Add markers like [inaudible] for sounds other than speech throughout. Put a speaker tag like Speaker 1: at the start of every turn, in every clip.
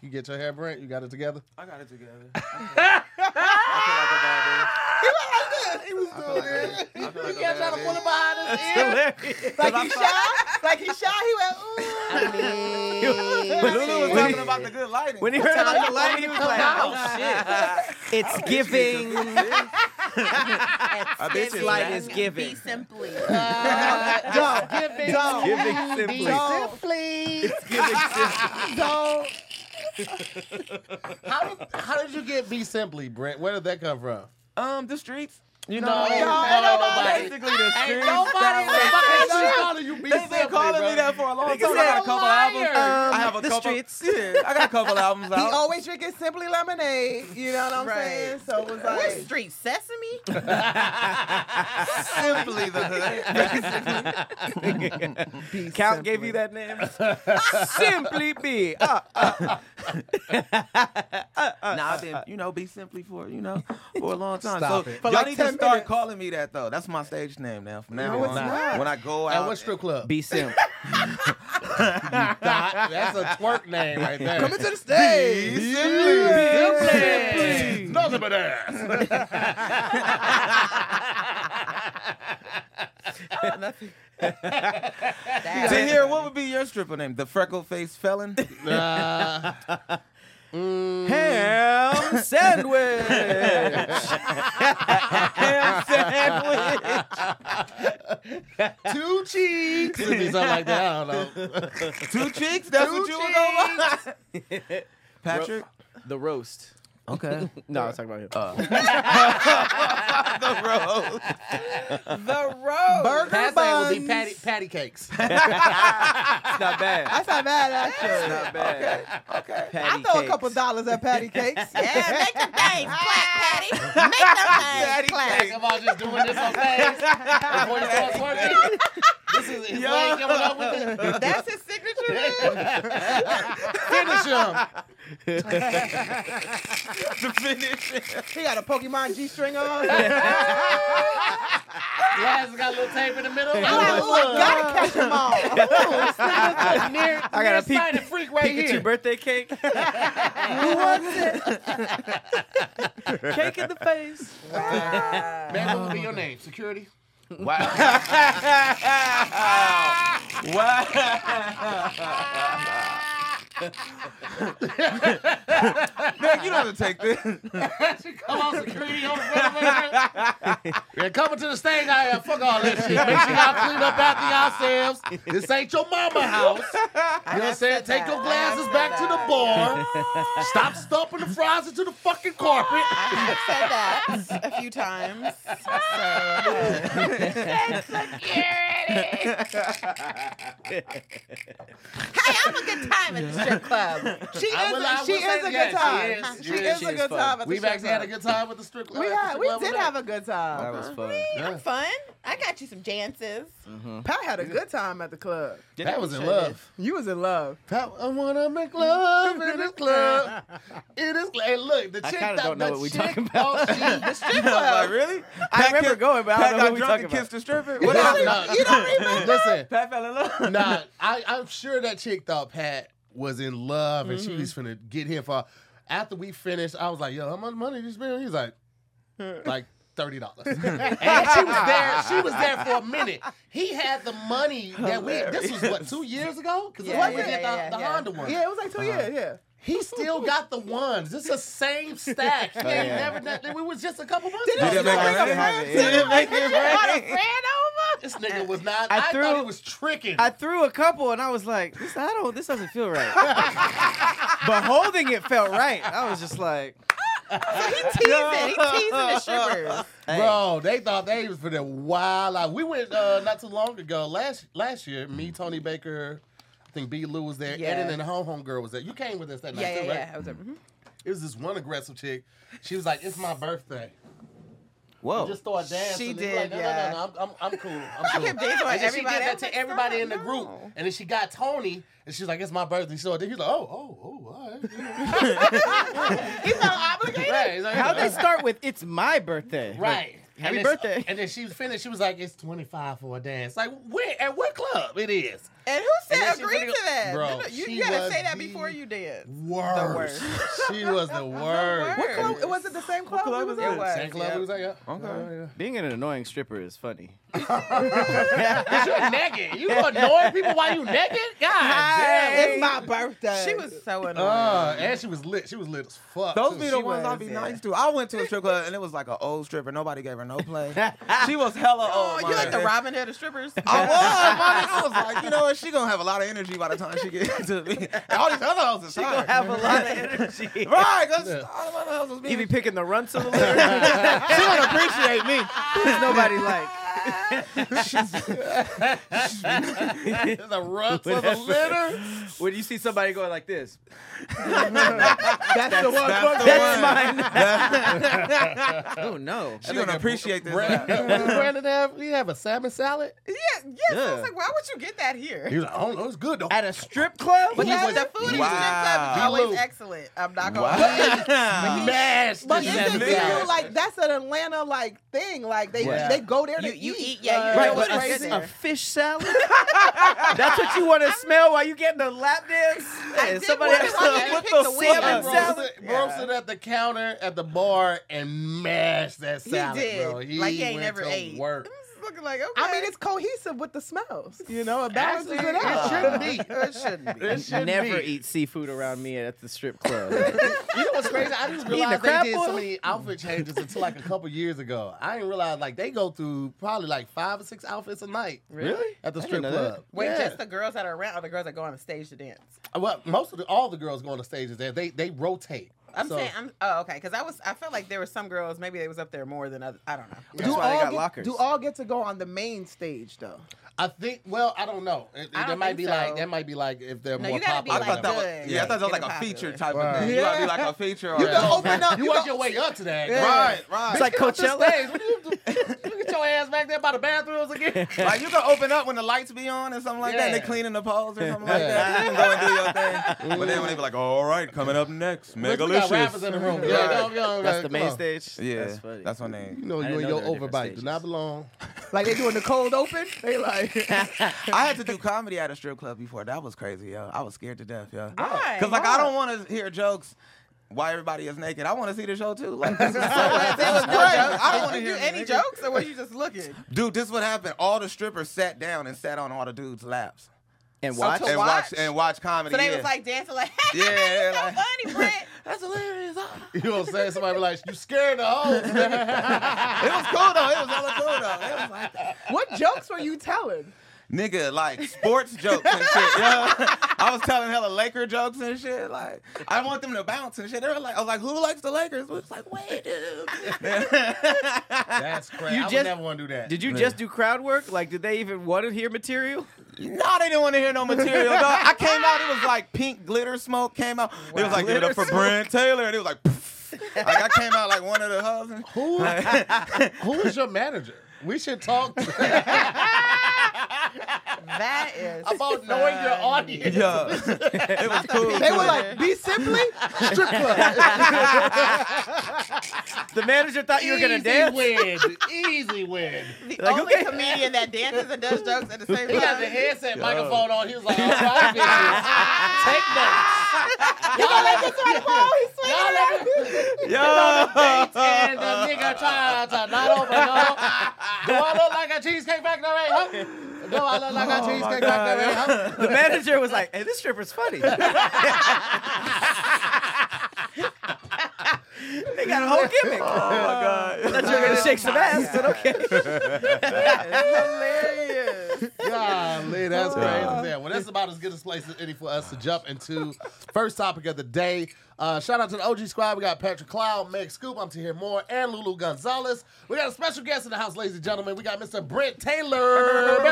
Speaker 1: You get your hair, Brent? You got it together?
Speaker 2: I got it [laughs] together. I feel, I
Speaker 1: He was
Speaker 2: feel like a bad bitch. I feel like a, I feel like a
Speaker 3: Yeah, trying
Speaker 2: bad
Speaker 3: to
Speaker 2: [laughs]
Speaker 3: pull it
Speaker 2: bitch.
Speaker 3: behind his ear. Like he shy. Like he shy. He went, ooh.
Speaker 2: But Lulu was talking
Speaker 4: he-
Speaker 2: about the good lighting.
Speaker 4: When he heard about the light, he was like, "Oh shit!" [laughs] It's giving. [laughs]
Speaker 2: I bet you
Speaker 4: light
Speaker 2: that-
Speaker 4: is giving.
Speaker 5: Be simply.
Speaker 3: Dog,
Speaker 4: [laughs]
Speaker 3: dog,
Speaker 4: Giving simply.
Speaker 3: dog.
Speaker 4: It's giving simply.
Speaker 3: Dog.
Speaker 1: How did, how did you get Be Simply, Brent? Where did that come from?
Speaker 2: Um, the streets.
Speaker 1: You
Speaker 2: No,
Speaker 1: know,
Speaker 2: ain't
Speaker 1: nobody.
Speaker 2: Basically, the streets.
Speaker 3: nobody
Speaker 1: Ain't
Speaker 3: fucking
Speaker 1: nobody calling you Be
Speaker 2: They've
Speaker 1: Simply,
Speaker 2: been
Speaker 1: bro.
Speaker 2: calling me that for a long
Speaker 4: said
Speaker 2: time. I got
Speaker 4: I'm
Speaker 2: a
Speaker 5: a
Speaker 2: couple albums.
Speaker 5: liar.
Speaker 2: I have a
Speaker 4: Um, the
Speaker 2: couple.
Speaker 4: [laughs] streets.
Speaker 2: Yeah, I got a couple albums
Speaker 3: He
Speaker 2: out.
Speaker 3: always drinking Simply Lemonade. You know what I'm
Speaker 5: Right.
Speaker 3: saying? So it was
Speaker 5: What
Speaker 3: like,
Speaker 5: street? Sesame?
Speaker 2: Simply the hood.
Speaker 4: Count gave you that name. simply be. Uh,
Speaker 2: nah, I've been, you know, be simply for, you know, for a long time.
Speaker 1: Stop
Speaker 2: so
Speaker 1: it. For
Speaker 2: y'all
Speaker 3: like
Speaker 2: need to
Speaker 3: 10
Speaker 2: start
Speaker 3: minutes.
Speaker 2: calling me that though. That's my stage name now. From now
Speaker 3: No, it's
Speaker 2: on,
Speaker 3: not.
Speaker 2: when I go
Speaker 1: At
Speaker 2: out,
Speaker 1: what strip club?
Speaker 4: be simp.
Speaker 1: That- That's a twerk name right there.
Speaker 3: come into the stage.
Speaker 1: Simply. Nothing but ass.
Speaker 5: That.
Speaker 2: to hear what would be your stripper name? The freckle faced [laughs] felon.
Speaker 1: Nah.
Speaker 4: [laughs] Ham [laughs] sandwich.
Speaker 1: [laughs]
Speaker 2: Ham sandwich.
Speaker 1: [laughs] Two cheeks. Could be something like that. I don't know.
Speaker 2: Two cheeks. That's what you would go by. [laughs] Patrick.
Speaker 4: the roast.
Speaker 2: Okay.
Speaker 4: No, I was talking about him.
Speaker 2: the road. [laughs]
Speaker 3: The road. Burger
Speaker 1: Last name would be
Speaker 3: buns.
Speaker 1: patty, patty cakes. [laughs]
Speaker 4: it's not bad.
Speaker 3: That's not bad, actually.
Speaker 4: It's not bad. Okay.
Speaker 3: I throw a couple dollars at patty cakes.
Speaker 5: Yeah, make them things clap, Patty.
Speaker 3: [laughs]
Speaker 5: Make them things clap.
Speaker 1: Think about just doing this on stage before you start twerking. [laughs] This is his way coming up with it.
Speaker 3: That's his [laughs] signature. man.
Speaker 1: Finish him.
Speaker 2: The finish. [laughs]
Speaker 3: He got a Pokemon G string on.
Speaker 1: Glasses got a little tape in the middle.
Speaker 3: I'm like, ooh, I gotta catch them
Speaker 1: [laughs]
Speaker 3: all.
Speaker 1: near,
Speaker 4: I got a peek-
Speaker 1: sighted [laughs] freak right
Speaker 4: Pikachu
Speaker 1: here.
Speaker 4: birthday cake. [laughs] Who wants it? cake in the face.
Speaker 1: Man, what would be your name? Security?
Speaker 2: Man, you don't have to take this.
Speaker 1: Come on, security. On the front of the yeah, coming to the stage out here. Fuck all that shit. Make sure y'all clean up after yourselves. This ain't your mama house. You know what I'm saying? Take your glasses back to the bar. Stop stumping the fries into the fucking carpet.
Speaker 3: I [laughs] have said that a few times. uh,
Speaker 5: Hey, I'm a good time at the strip club.
Speaker 3: She is,
Speaker 1: I will- I will
Speaker 3: a, she
Speaker 1: say
Speaker 3: is a good
Speaker 1: yes,
Speaker 3: time.
Speaker 1: she is.
Speaker 3: She
Speaker 1: Yeah,
Speaker 3: is
Speaker 4: she
Speaker 3: a
Speaker 4: is
Speaker 3: good
Speaker 4: fun.
Speaker 3: time at the
Speaker 1: We've
Speaker 3: strip
Speaker 1: actually had a
Speaker 3: club.
Speaker 1: good time with the strip club.
Speaker 3: We had, we did have a good time.
Speaker 4: was fun.
Speaker 5: I'm fun. I got you some chances.
Speaker 3: Pat had a good time at the club.
Speaker 1: That was in love.
Speaker 3: You was in love.
Speaker 1: Pop, I wanna make love in the club. It is. Hey, look, the chick.
Speaker 4: kinda
Speaker 1: that-
Speaker 4: don't know
Speaker 1: the
Speaker 4: what we
Speaker 1: chick-
Speaker 4: talking about.
Speaker 1: Oh, she- the [laughs]
Speaker 2: [laughs]
Speaker 1: strip
Speaker 2: I
Speaker 1: club.
Speaker 2: was like, really?
Speaker 4: I remember
Speaker 2: kissed-
Speaker 4: going, but I
Speaker 2: Pat
Speaker 4: don't know
Speaker 2: got
Speaker 4: who we
Speaker 2: drunk
Speaker 4: talking
Speaker 2: and
Speaker 4: about.
Speaker 2: kissed the stripper.
Speaker 1: What
Speaker 2: What
Speaker 1: else?
Speaker 2: happened?
Speaker 1: No, you don't [laughs] remember? Listen,
Speaker 2: Pat fell in love.
Speaker 1: nah, I, I'm sure that chick thought Pat was in love and she was finna get him for. After we finished, I was like, "Yo, how much money did you spend?" He's [laughs] like, "Like thirty dollars." and she was [laughs] there. She was there for a minute. He had the money that we. This was what two years ago because
Speaker 5: Yeah,
Speaker 1: we
Speaker 5: yeah,
Speaker 1: did the,
Speaker 5: yeah,
Speaker 1: the
Speaker 5: yeah.
Speaker 1: Honda one.
Speaker 3: Yeah, it was like 2 years. Yeah.
Speaker 1: He still got the ones. It's the same stack. He ain't
Speaker 4: yeah.
Speaker 1: never done. It was just a couple months
Speaker 3: Did
Speaker 1: ago.
Speaker 3: it
Speaker 2: Did it make
Speaker 3: still
Speaker 2: her
Speaker 3: make a
Speaker 2: happy?
Speaker 3: friend?
Speaker 2: Did it make her happy?
Speaker 1: This nigga was not.
Speaker 4: I
Speaker 1: I, thought
Speaker 4: threw-
Speaker 1: he was tricking.
Speaker 4: I threw a couple and I was like, this, I don't, this doesn't feel [laughs] right. but holding it felt right. I was just like,
Speaker 5: Teasing. He teasing the
Speaker 3: [laughs]
Speaker 5: strippers.
Speaker 4: hey.
Speaker 1: Bro, they thought they was for the wild. Out. We went uh, not too long ago last last year. Me, Tony Baker, I think B. Lou was there.
Speaker 5: Yeah.
Speaker 1: Eden and the home home girl was there. You came with us that night
Speaker 5: Yeah, yeah,
Speaker 1: too,
Speaker 5: yeah. I
Speaker 1: right?
Speaker 5: was like,
Speaker 3: mm-hmm.
Speaker 5: mhm.
Speaker 1: It was this one aggressive chick. She was like, "It's my birthday."
Speaker 2: Whoa.
Speaker 1: Just start dancing.
Speaker 3: She
Speaker 1: and
Speaker 3: did,
Speaker 1: Like, no,
Speaker 3: yeah.
Speaker 1: no, no, no. I'm, I'm, I'm cool. I'm cool.
Speaker 5: kept dancing with
Speaker 1: and then she
Speaker 5: everybody.
Speaker 1: did that
Speaker 5: I was
Speaker 1: to
Speaker 5: like,
Speaker 1: everybody in the
Speaker 5: stop,
Speaker 1: group.
Speaker 5: no.
Speaker 1: And then she got Tony, and she's like, "It's my birthday." So then he's like, "Oh, oh, oh, all right."
Speaker 3: He's so obligated.
Speaker 1: right. He's like,
Speaker 4: How'd they start with, it's my birthday?
Speaker 1: [laughs] Right. and
Speaker 4: Happy
Speaker 1: then-
Speaker 4: birthday.
Speaker 1: And then she was finished. She was like, "It's twenty five for a dance." Like, where at what club it is?
Speaker 3: And who
Speaker 2: And then
Speaker 3: said
Speaker 2: she's
Speaker 3: agree
Speaker 2: gonna
Speaker 3: to
Speaker 2: go-
Speaker 3: that?
Speaker 1: Bro,
Speaker 3: No, no, you
Speaker 1: she
Speaker 3: you gotta
Speaker 1: was
Speaker 3: say that
Speaker 1: the
Speaker 3: before you did.
Speaker 1: Worst. [laughs] she was the worst.
Speaker 3: What
Speaker 2: Word.
Speaker 3: club? It was it the same club?
Speaker 2: club
Speaker 3: we was
Speaker 2: was
Speaker 3: at?
Speaker 2: it?
Speaker 1: Same club
Speaker 2: Yeah.
Speaker 1: we was at, Uh, yeah.
Speaker 2: Okay.
Speaker 1: Yeah,
Speaker 4: Being an annoying stripper is funny.
Speaker 1: yeah. 'Cause you're naked. You annoying people while you naked? God damn.
Speaker 3: It's my birthday. She was so annoying.
Speaker 1: Uh, and she was lit. She was lit as fuck.
Speaker 2: Those
Speaker 1: too.
Speaker 2: be the
Speaker 3: She
Speaker 2: ones I'll
Speaker 3: was,
Speaker 2: be
Speaker 3: yeah.
Speaker 2: nice to. I went to a strip club and it was like an old stripper. Nobody gave her no play. she was hella
Speaker 3: oh,
Speaker 2: old.
Speaker 3: you like the
Speaker 2: man.
Speaker 3: Robin Hood of [laughs] strippers?
Speaker 2: I was, my nigga. I was like, you know what? She gonna have a lot of energy by the time she gets [laughs] to me. And all these other hoes is
Speaker 4: She gonna have a lot of energy.
Speaker 2: right? Cause
Speaker 1: Yeah.
Speaker 2: all the other hoes was
Speaker 4: [laughs] You be [laughs]
Speaker 2: being.
Speaker 4: picking the runs of the litter.
Speaker 2: She don't appreciate me.
Speaker 4: There's
Speaker 3: [laughs]
Speaker 4: nobody like.
Speaker 1: the rugs of the
Speaker 2: [laughs]
Speaker 1: litter.
Speaker 4: When you see somebody going like this,
Speaker 2: That's, the one. That's, the
Speaker 4: that's
Speaker 2: [laughs] one.
Speaker 4: mine.
Speaker 2: That's-
Speaker 4: oh no.
Speaker 2: She gonna appreciate this. [laughs]
Speaker 1: Brandon,
Speaker 2: man.
Speaker 1: Brandon have, we have a salmon salad.
Speaker 3: yeah, yes. I
Speaker 4: Yeah.
Speaker 3: was like, why would you get that here?
Speaker 1: He was like, I don't know, it's good though.
Speaker 4: At a strip club?
Speaker 1: But he
Speaker 3: Yes,
Speaker 1: was-
Speaker 3: the food in the strip club
Speaker 2: Wow.
Speaker 3: is
Speaker 1: He
Speaker 3: always
Speaker 1: was-
Speaker 3: excellent. I'm not gonna lie.
Speaker 2: Wow.
Speaker 1: Smashed
Speaker 3: But [laughs]
Speaker 1: the
Speaker 3: it's
Speaker 1: Ah, salmon
Speaker 3: just
Speaker 2: nigga.
Speaker 1: salad.
Speaker 3: you like that's an Atlanta like thing. Like they
Speaker 1: Yeah.
Speaker 3: they go there to
Speaker 5: You- you eat,
Speaker 3: eat.
Speaker 5: yeah,
Speaker 3: like,
Speaker 5: you
Speaker 4: Right,
Speaker 5: know
Speaker 3: it was
Speaker 4: but
Speaker 5: what's
Speaker 3: crazy.
Speaker 4: a, a fish salad? That's what you want to smell while you getting the lap dance? Man,
Speaker 3: did
Speaker 4: somebody
Speaker 3: wonder
Speaker 4: has
Speaker 3: why they
Speaker 4: to put
Speaker 3: picked
Speaker 4: the
Speaker 3: the
Speaker 4: salmon
Speaker 3: wing
Speaker 1: Yeah,
Speaker 3: salad.
Speaker 1: bro,
Speaker 4: salad.
Speaker 1: sit- bro
Speaker 3: Yeah.
Speaker 1: sit at the counter at the bar and mashed that salad,
Speaker 3: did.
Speaker 1: bro. He
Speaker 5: Like he ain't
Speaker 1: went
Speaker 5: never
Speaker 1: to
Speaker 5: ate.
Speaker 1: Work.
Speaker 3: It's looking like okay.
Speaker 5: I mean, it's
Speaker 3: cohesive with the smells. You know, it balances
Speaker 1: Actually,
Speaker 3: it
Speaker 1: it
Speaker 3: out.
Speaker 1: shouldn't
Speaker 3: [laughs]
Speaker 1: be.
Speaker 3: It shouldn't be.
Speaker 1: It shouldn't [laughs]
Speaker 4: Never
Speaker 1: be.
Speaker 4: eat seafood around me at the strip club.
Speaker 1: You know what's crazy? I just
Speaker 4: the
Speaker 1: realized they
Speaker 4: crab
Speaker 1: did so
Speaker 4: boil?
Speaker 1: many outfit changes until like a couple years ago. I didn't realize like they go through probably like five or six outfits a night.
Speaker 4: Really?
Speaker 1: At the
Speaker 4: I
Speaker 1: strip
Speaker 4: didn't know that.
Speaker 1: club.
Speaker 3: Wait,
Speaker 1: Yeah.
Speaker 3: just the girls that are around, or the girls that go on the stage to dance.
Speaker 1: Well, most of the, all the girls go on the stages there. They they rotate.
Speaker 3: I'm
Speaker 1: So-
Speaker 3: saying, I'm oh okay, because I was, I felt like there were some girls, maybe they was up there more than others. I don't know.
Speaker 4: That's why they got lockers.
Speaker 6: Do all get to go on the main stage though?
Speaker 1: I think. Well, I don't know. It, it-
Speaker 3: I
Speaker 1: that
Speaker 3: don't
Speaker 1: might
Speaker 3: think
Speaker 1: be like
Speaker 3: so.
Speaker 1: that might be like if they're
Speaker 3: No,
Speaker 1: more
Speaker 3: you gotta be
Speaker 1: popular.
Speaker 2: I
Speaker 3: like
Speaker 2: thought that was
Speaker 3: good.
Speaker 2: yeah. I thought that was like
Speaker 3: Getting
Speaker 2: a feature
Speaker 3: popular.
Speaker 2: type
Speaker 1: Right.
Speaker 2: of thing. You gotta be like a feature. Or
Speaker 1: you gotta
Speaker 2: something.
Speaker 1: open up. You, work your way up to that.
Speaker 2: [laughs]
Speaker 1: Right. Right.
Speaker 4: It's like
Speaker 1: Get off the
Speaker 4: Coachella. [laughs]
Speaker 1: stage. What do you do? You get your ass back there by the bathrooms again.
Speaker 2: Like you can open up when the lights be on or something like that. And
Speaker 1: Yeah.
Speaker 2: they cleaning the poles or something like
Speaker 1: Yeah.
Speaker 2: that. You can go and do your thing. But then when they be like, all right, coming up next,
Speaker 1: We got rappers in the
Speaker 2: Megalicious.
Speaker 1: room.
Speaker 2: Right.
Speaker 1: Yeah, don't- don't-
Speaker 4: That's
Speaker 1: like,
Speaker 4: the
Speaker 1: come
Speaker 4: main
Speaker 1: on.
Speaker 4: stage.
Speaker 2: Yeah,
Speaker 4: That's funny. [laughs]
Speaker 2: that's my name.
Speaker 1: You know,
Speaker 4: I
Speaker 1: you
Speaker 4: didn't
Speaker 1: and
Speaker 4: know
Speaker 1: your
Speaker 4: there were different
Speaker 1: overbite do not
Speaker 4: stages.
Speaker 1: belong. [laughs]
Speaker 6: Like they doing the cold open?
Speaker 3: [laughs]
Speaker 6: They like
Speaker 2: I had to do comedy at a strip club before. That was crazy, yo. I was scared to death, yo.
Speaker 3: Why?
Speaker 2: Cause like I don't want to hear jokes. Why everybody is naked? I want to see the show too. Like, [laughs] this
Speaker 6: [laughs]
Speaker 2: is so-
Speaker 3: There was no
Speaker 2: Right.
Speaker 3: jokes.
Speaker 2: I [laughs]
Speaker 3: Did
Speaker 2: don't want to
Speaker 3: you
Speaker 2: hear
Speaker 3: do any jokes, or were you just looking?
Speaker 2: dude. This what happened. All the strippers sat down and sat on all the dudes' laps
Speaker 4: And
Speaker 3: So
Speaker 4: watch.
Speaker 3: to
Speaker 2: and
Speaker 3: watch?
Speaker 2: and watch comedy.
Speaker 3: So they
Speaker 2: yeah.
Speaker 3: was like dancing, like, [laughs]
Speaker 2: Yeah,
Speaker 3: it's so
Speaker 2: like-
Speaker 3: funny, Brent.
Speaker 2: "That's hilarious." Oh.
Speaker 1: You know what I'm saying? Somebody be like, you scared the hoes.
Speaker 4: [laughs]
Speaker 1: man."
Speaker 2: It was cool though. It was hella cool though. It was like,
Speaker 6: what jokes were you telling?
Speaker 2: nigga, like sports jokes and shit. [laughs] Yo. I was telling hella Laker jokes and shit. Like, I want them to bounce and shit. They were like, I was like, "Who likes the Lakers?" We was like, "Wait, [laughs] dude."
Speaker 1: That's crazy.
Speaker 4: You
Speaker 1: I would
Speaker 4: just-
Speaker 1: never want to do that.
Speaker 4: Did you just do crowd work? Like, did they even want to hear material?
Speaker 2: No, they didn't want to hear no material. Dog. I came out, it was like pink glitter smoke came out. It was like, give it up for Brand Taylor. And it was like, pff. like I came out like one of the hubs. And,
Speaker 1: Who, who
Speaker 4: [laughs]
Speaker 1: is your manager? We should talk
Speaker 4: [laughs]
Speaker 3: That is
Speaker 1: about knowing your
Speaker 3: funny.
Speaker 1: audience.
Speaker 2: [laughs] yeah, [laughs] it was cool.
Speaker 6: They
Speaker 2: too.
Speaker 6: were like, be simply strip club.
Speaker 4: The manager thought you were gonna
Speaker 1: Easy
Speaker 4: dance.
Speaker 1: win. Easy win.
Speaker 3: The
Speaker 4: Like,
Speaker 3: only
Speaker 4: okay.
Speaker 3: comedian that dances and does jokes at
Speaker 6: [laughs]
Speaker 3: the same
Speaker 1: He got the
Speaker 3: time.
Speaker 1: headset microphone on. He was [laughs] like, "Oh, all right, bitches. Take notes. Y'all let this on the phone. [laughs] Y'all let
Speaker 2: yo,
Speaker 1: And the nigga tried to not over, y'all. Do I look like a cheesecake factory? Huh? Do I look like a
Speaker 2: my
Speaker 1: cheesecake
Speaker 2: God,
Speaker 1: factory? Huh?
Speaker 4: The manager was like, "Hey, this stripper's funny." [laughs] they got a whole gimmick.
Speaker 2: oh my god.
Speaker 4: That you're gonna shake some ass, but okay.
Speaker 3: Hilarious.
Speaker 1: Golly, that's crazy. Yeah, well, that's about as good a place as any for us to jump into. First topic of the day. Uh, shout out to the OG squad. We got Patrick Cloud, Meg Scoop. I'm to hear more, and Lulu Gonzalez. We got a special guest in the house, ladies and gentlemen. We got Mr. Brent [laughs]
Speaker 2: Hey, hey, hey,
Speaker 1: Taylor.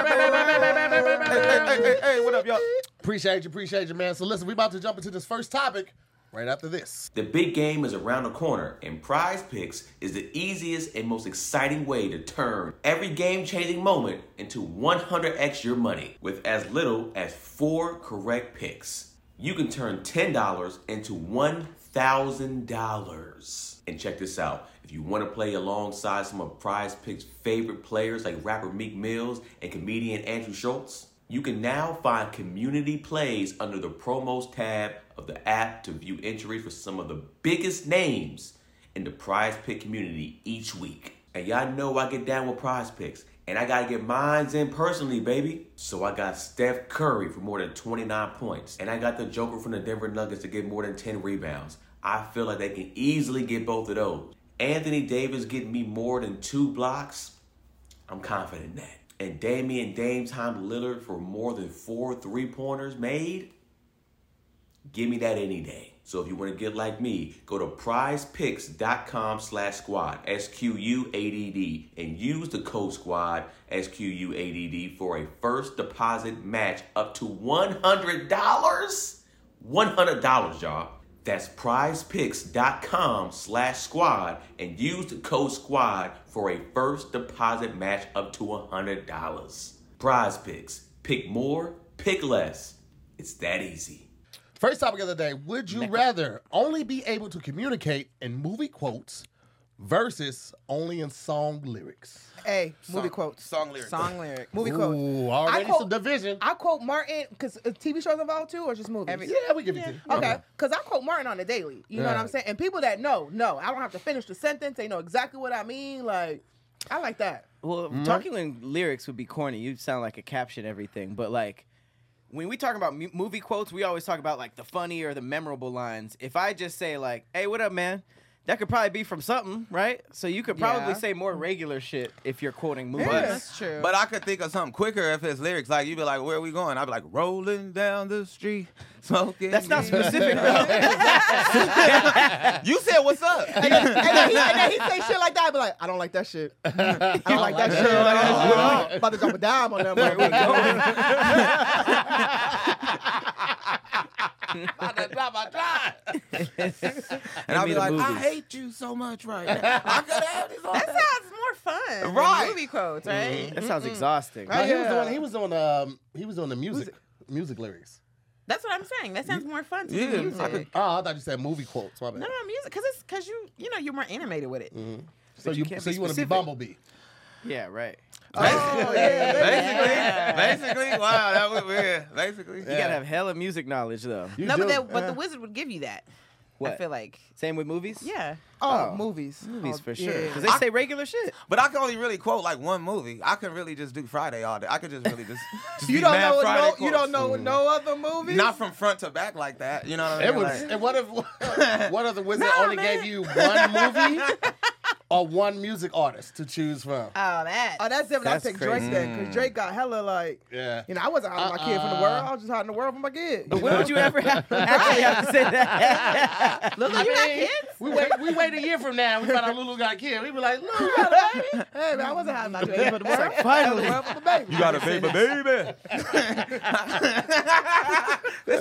Speaker 2: hey, hey, what up, y'all?
Speaker 1: Appreciate you, appreciate you, man. So listen, we about to jump into this first topic right after this.
Speaker 7: The big game is around the corner, and Prize Picks is the easiest and most exciting way to turn every game changing moment into 100x your money with as little as four correct picks. You can turn $10 into $1,000. And check this out if you want to play alongside some of Prize Picks' favorite players like rapper Meek Mills and comedian Andrew Schultz, You can now find community plays under the promos tab of the app to view entries for some of the biggest names in the prize pick community each week. And y'all know I get down with prize picks, and I gotta get mines in personally, baby. So I got Steph Curry for more than 29 points, and I got the Joker from the Denver Nuggets to get more than 10 rebounds. I feel like they can easily get both of those. Anthony Davis getting me more than two blocks. I'm confident in that. And Damian Dame Time Lillard for more than four three pointers made. Give me that any day. So if you want to get like me, go to prizepicks.com slash squad, S-Q-U-A-D-D, and use the code squad, S-Q-U-A-D-D, for a first deposit match up to $100. $100, y'all. That's prizepicks.com slash squad and use the code squad for a first deposit match up to $100. Prize Picks. Pick more, pick less. It's that easy.
Speaker 1: First topic of the day: Would you rather only be able to communicate in movie quotes versus only in song lyrics?
Speaker 6: Hey, movie
Speaker 2: Song-
Speaker 6: quotes.
Speaker 2: Song lyrics.
Speaker 3: Song lyric.
Speaker 6: Movie quotes.
Speaker 1: Ooh, already
Speaker 6: I quote-
Speaker 1: some division.
Speaker 6: I quote Martin because TV shows involved too, or just movies.
Speaker 1: yeah, we give it to you.
Speaker 6: Okay, because I quote Martin on the daily. You know what
Speaker 1: Yeah.
Speaker 6: I'm saying? And people that know, know. I don't have to finish the sentence. They know exactly what I mean. Like, I like that.
Speaker 4: Well,
Speaker 6: Mm-hmm.
Speaker 4: talking in lyrics would be corny. You sound like a caption everything, but like when we talk about mu- movie quotes, we always talk about like the funny or the memorable lines. If I just say like, "Hey, what up, man?" That could probably be from something, right? So you could probably
Speaker 6: Yeah.
Speaker 4: say more regular shit if you're quoting movies.
Speaker 6: Yes.
Speaker 3: That's true.
Speaker 2: But I could think of something quicker if it's lyrics. Like you'd be like, "Where are we going?" I'd be like, "Rolling down the street, smoking."
Speaker 4: That's not
Speaker 2: weed."
Speaker 4: specific though.
Speaker 2: you said, "What's [laughs] up?"
Speaker 6: And then, he, and
Speaker 2: [laughs]
Speaker 6: then he say shit like that. I be like, I don't like that shit. I don't like that shit.
Speaker 2: that
Speaker 3: [laughs]
Speaker 6: I'm about to drop a dime on that. motherfucker.
Speaker 2: and I'd be
Speaker 4: made a
Speaker 2: like, "I
Speaker 4: movie.
Speaker 2: hate you so much right now. I could have this." all
Speaker 3: that
Speaker 2: day."
Speaker 3: sounds more fun. than
Speaker 2: Right.
Speaker 3: Movie quotes, right?
Speaker 4: that sounds exhausting.
Speaker 1: No, he was
Speaker 6: Yeah.
Speaker 1: doing. He was doing. Um, he was doing the music, music lyrics.
Speaker 3: That's what I'm saying. That sounds more fun to
Speaker 2: Yeah,
Speaker 3: do
Speaker 2: I
Speaker 3: music.
Speaker 2: could-
Speaker 1: Oh, I thought you said movie quotes. My bad.
Speaker 3: no, no, music, because it's because you, you know, you're more animated with it.
Speaker 1: so you,
Speaker 4: can't
Speaker 1: so
Speaker 4: be
Speaker 1: you want to be
Speaker 4: specific.
Speaker 1: Bumblebee?
Speaker 4: Yeah, right.
Speaker 3: [laughs]
Speaker 6: Oh, yeah,
Speaker 2: Basically, basically, wow, that was weird. Basically,
Speaker 4: You gotta have hella music knowledge though.
Speaker 1: You
Speaker 3: no,
Speaker 1: do.
Speaker 3: but, that, but the wizard would give you that. I
Speaker 4: What?
Speaker 3: feel like,
Speaker 4: Same with movies.
Speaker 3: yeah.
Speaker 6: Oh,
Speaker 4: Oh.
Speaker 6: movies.
Speaker 4: movies
Speaker 6: Oh,
Speaker 4: for sure.
Speaker 6: yeah.
Speaker 4: Because they say regular
Speaker 6: [laughs]
Speaker 4: shit.
Speaker 2: But I can only really quote like one movie. I could really just do Friday all day. I could just really just. just
Speaker 6: You
Speaker 2: be
Speaker 6: don't
Speaker 2: mad
Speaker 6: know
Speaker 2: Friday
Speaker 6: no. You don't
Speaker 2: quotes.
Speaker 6: know no other movies.
Speaker 2: Not from front to back like that. You know what I mean?
Speaker 1: It was.
Speaker 2: Like-
Speaker 1: And what if what if [laughs] the wizard
Speaker 3: No,
Speaker 1: only
Speaker 3: man.
Speaker 1: gave you one
Speaker 6: [laughs]
Speaker 1: movie or one music artist to choose from?
Speaker 3: Oh, that.
Speaker 6: Oh, that's different.
Speaker 4: That's
Speaker 6: I take
Speaker 4: crazy.
Speaker 6: Drake then, because Drake got hella like.
Speaker 1: Yeah.
Speaker 6: You know, I wasn't hiding my kid from the
Speaker 1: Uh-uh.
Speaker 6: world. I was just hiding the world from my kid.
Speaker 4: But when would you ever
Speaker 6: [laughs]
Speaker 4: have, actually have to say that?
Speaker 3: Lulu, you got kids?
Speaker 1: We wait. We wait a year from now. We find out Lulu got killed. We be like,
Speaker 6: [laughs]
Speaker 1: Lulu.
Speaker 6: [laughs] Hey man, I wasn't hiding my kid from the
Speaker 4: It's
Speaker 6: world.
Speaker 4: like, finally.
Speaker 6: Well, for the baby.
Speaker 2: You got a [laughs] baby, baby. This is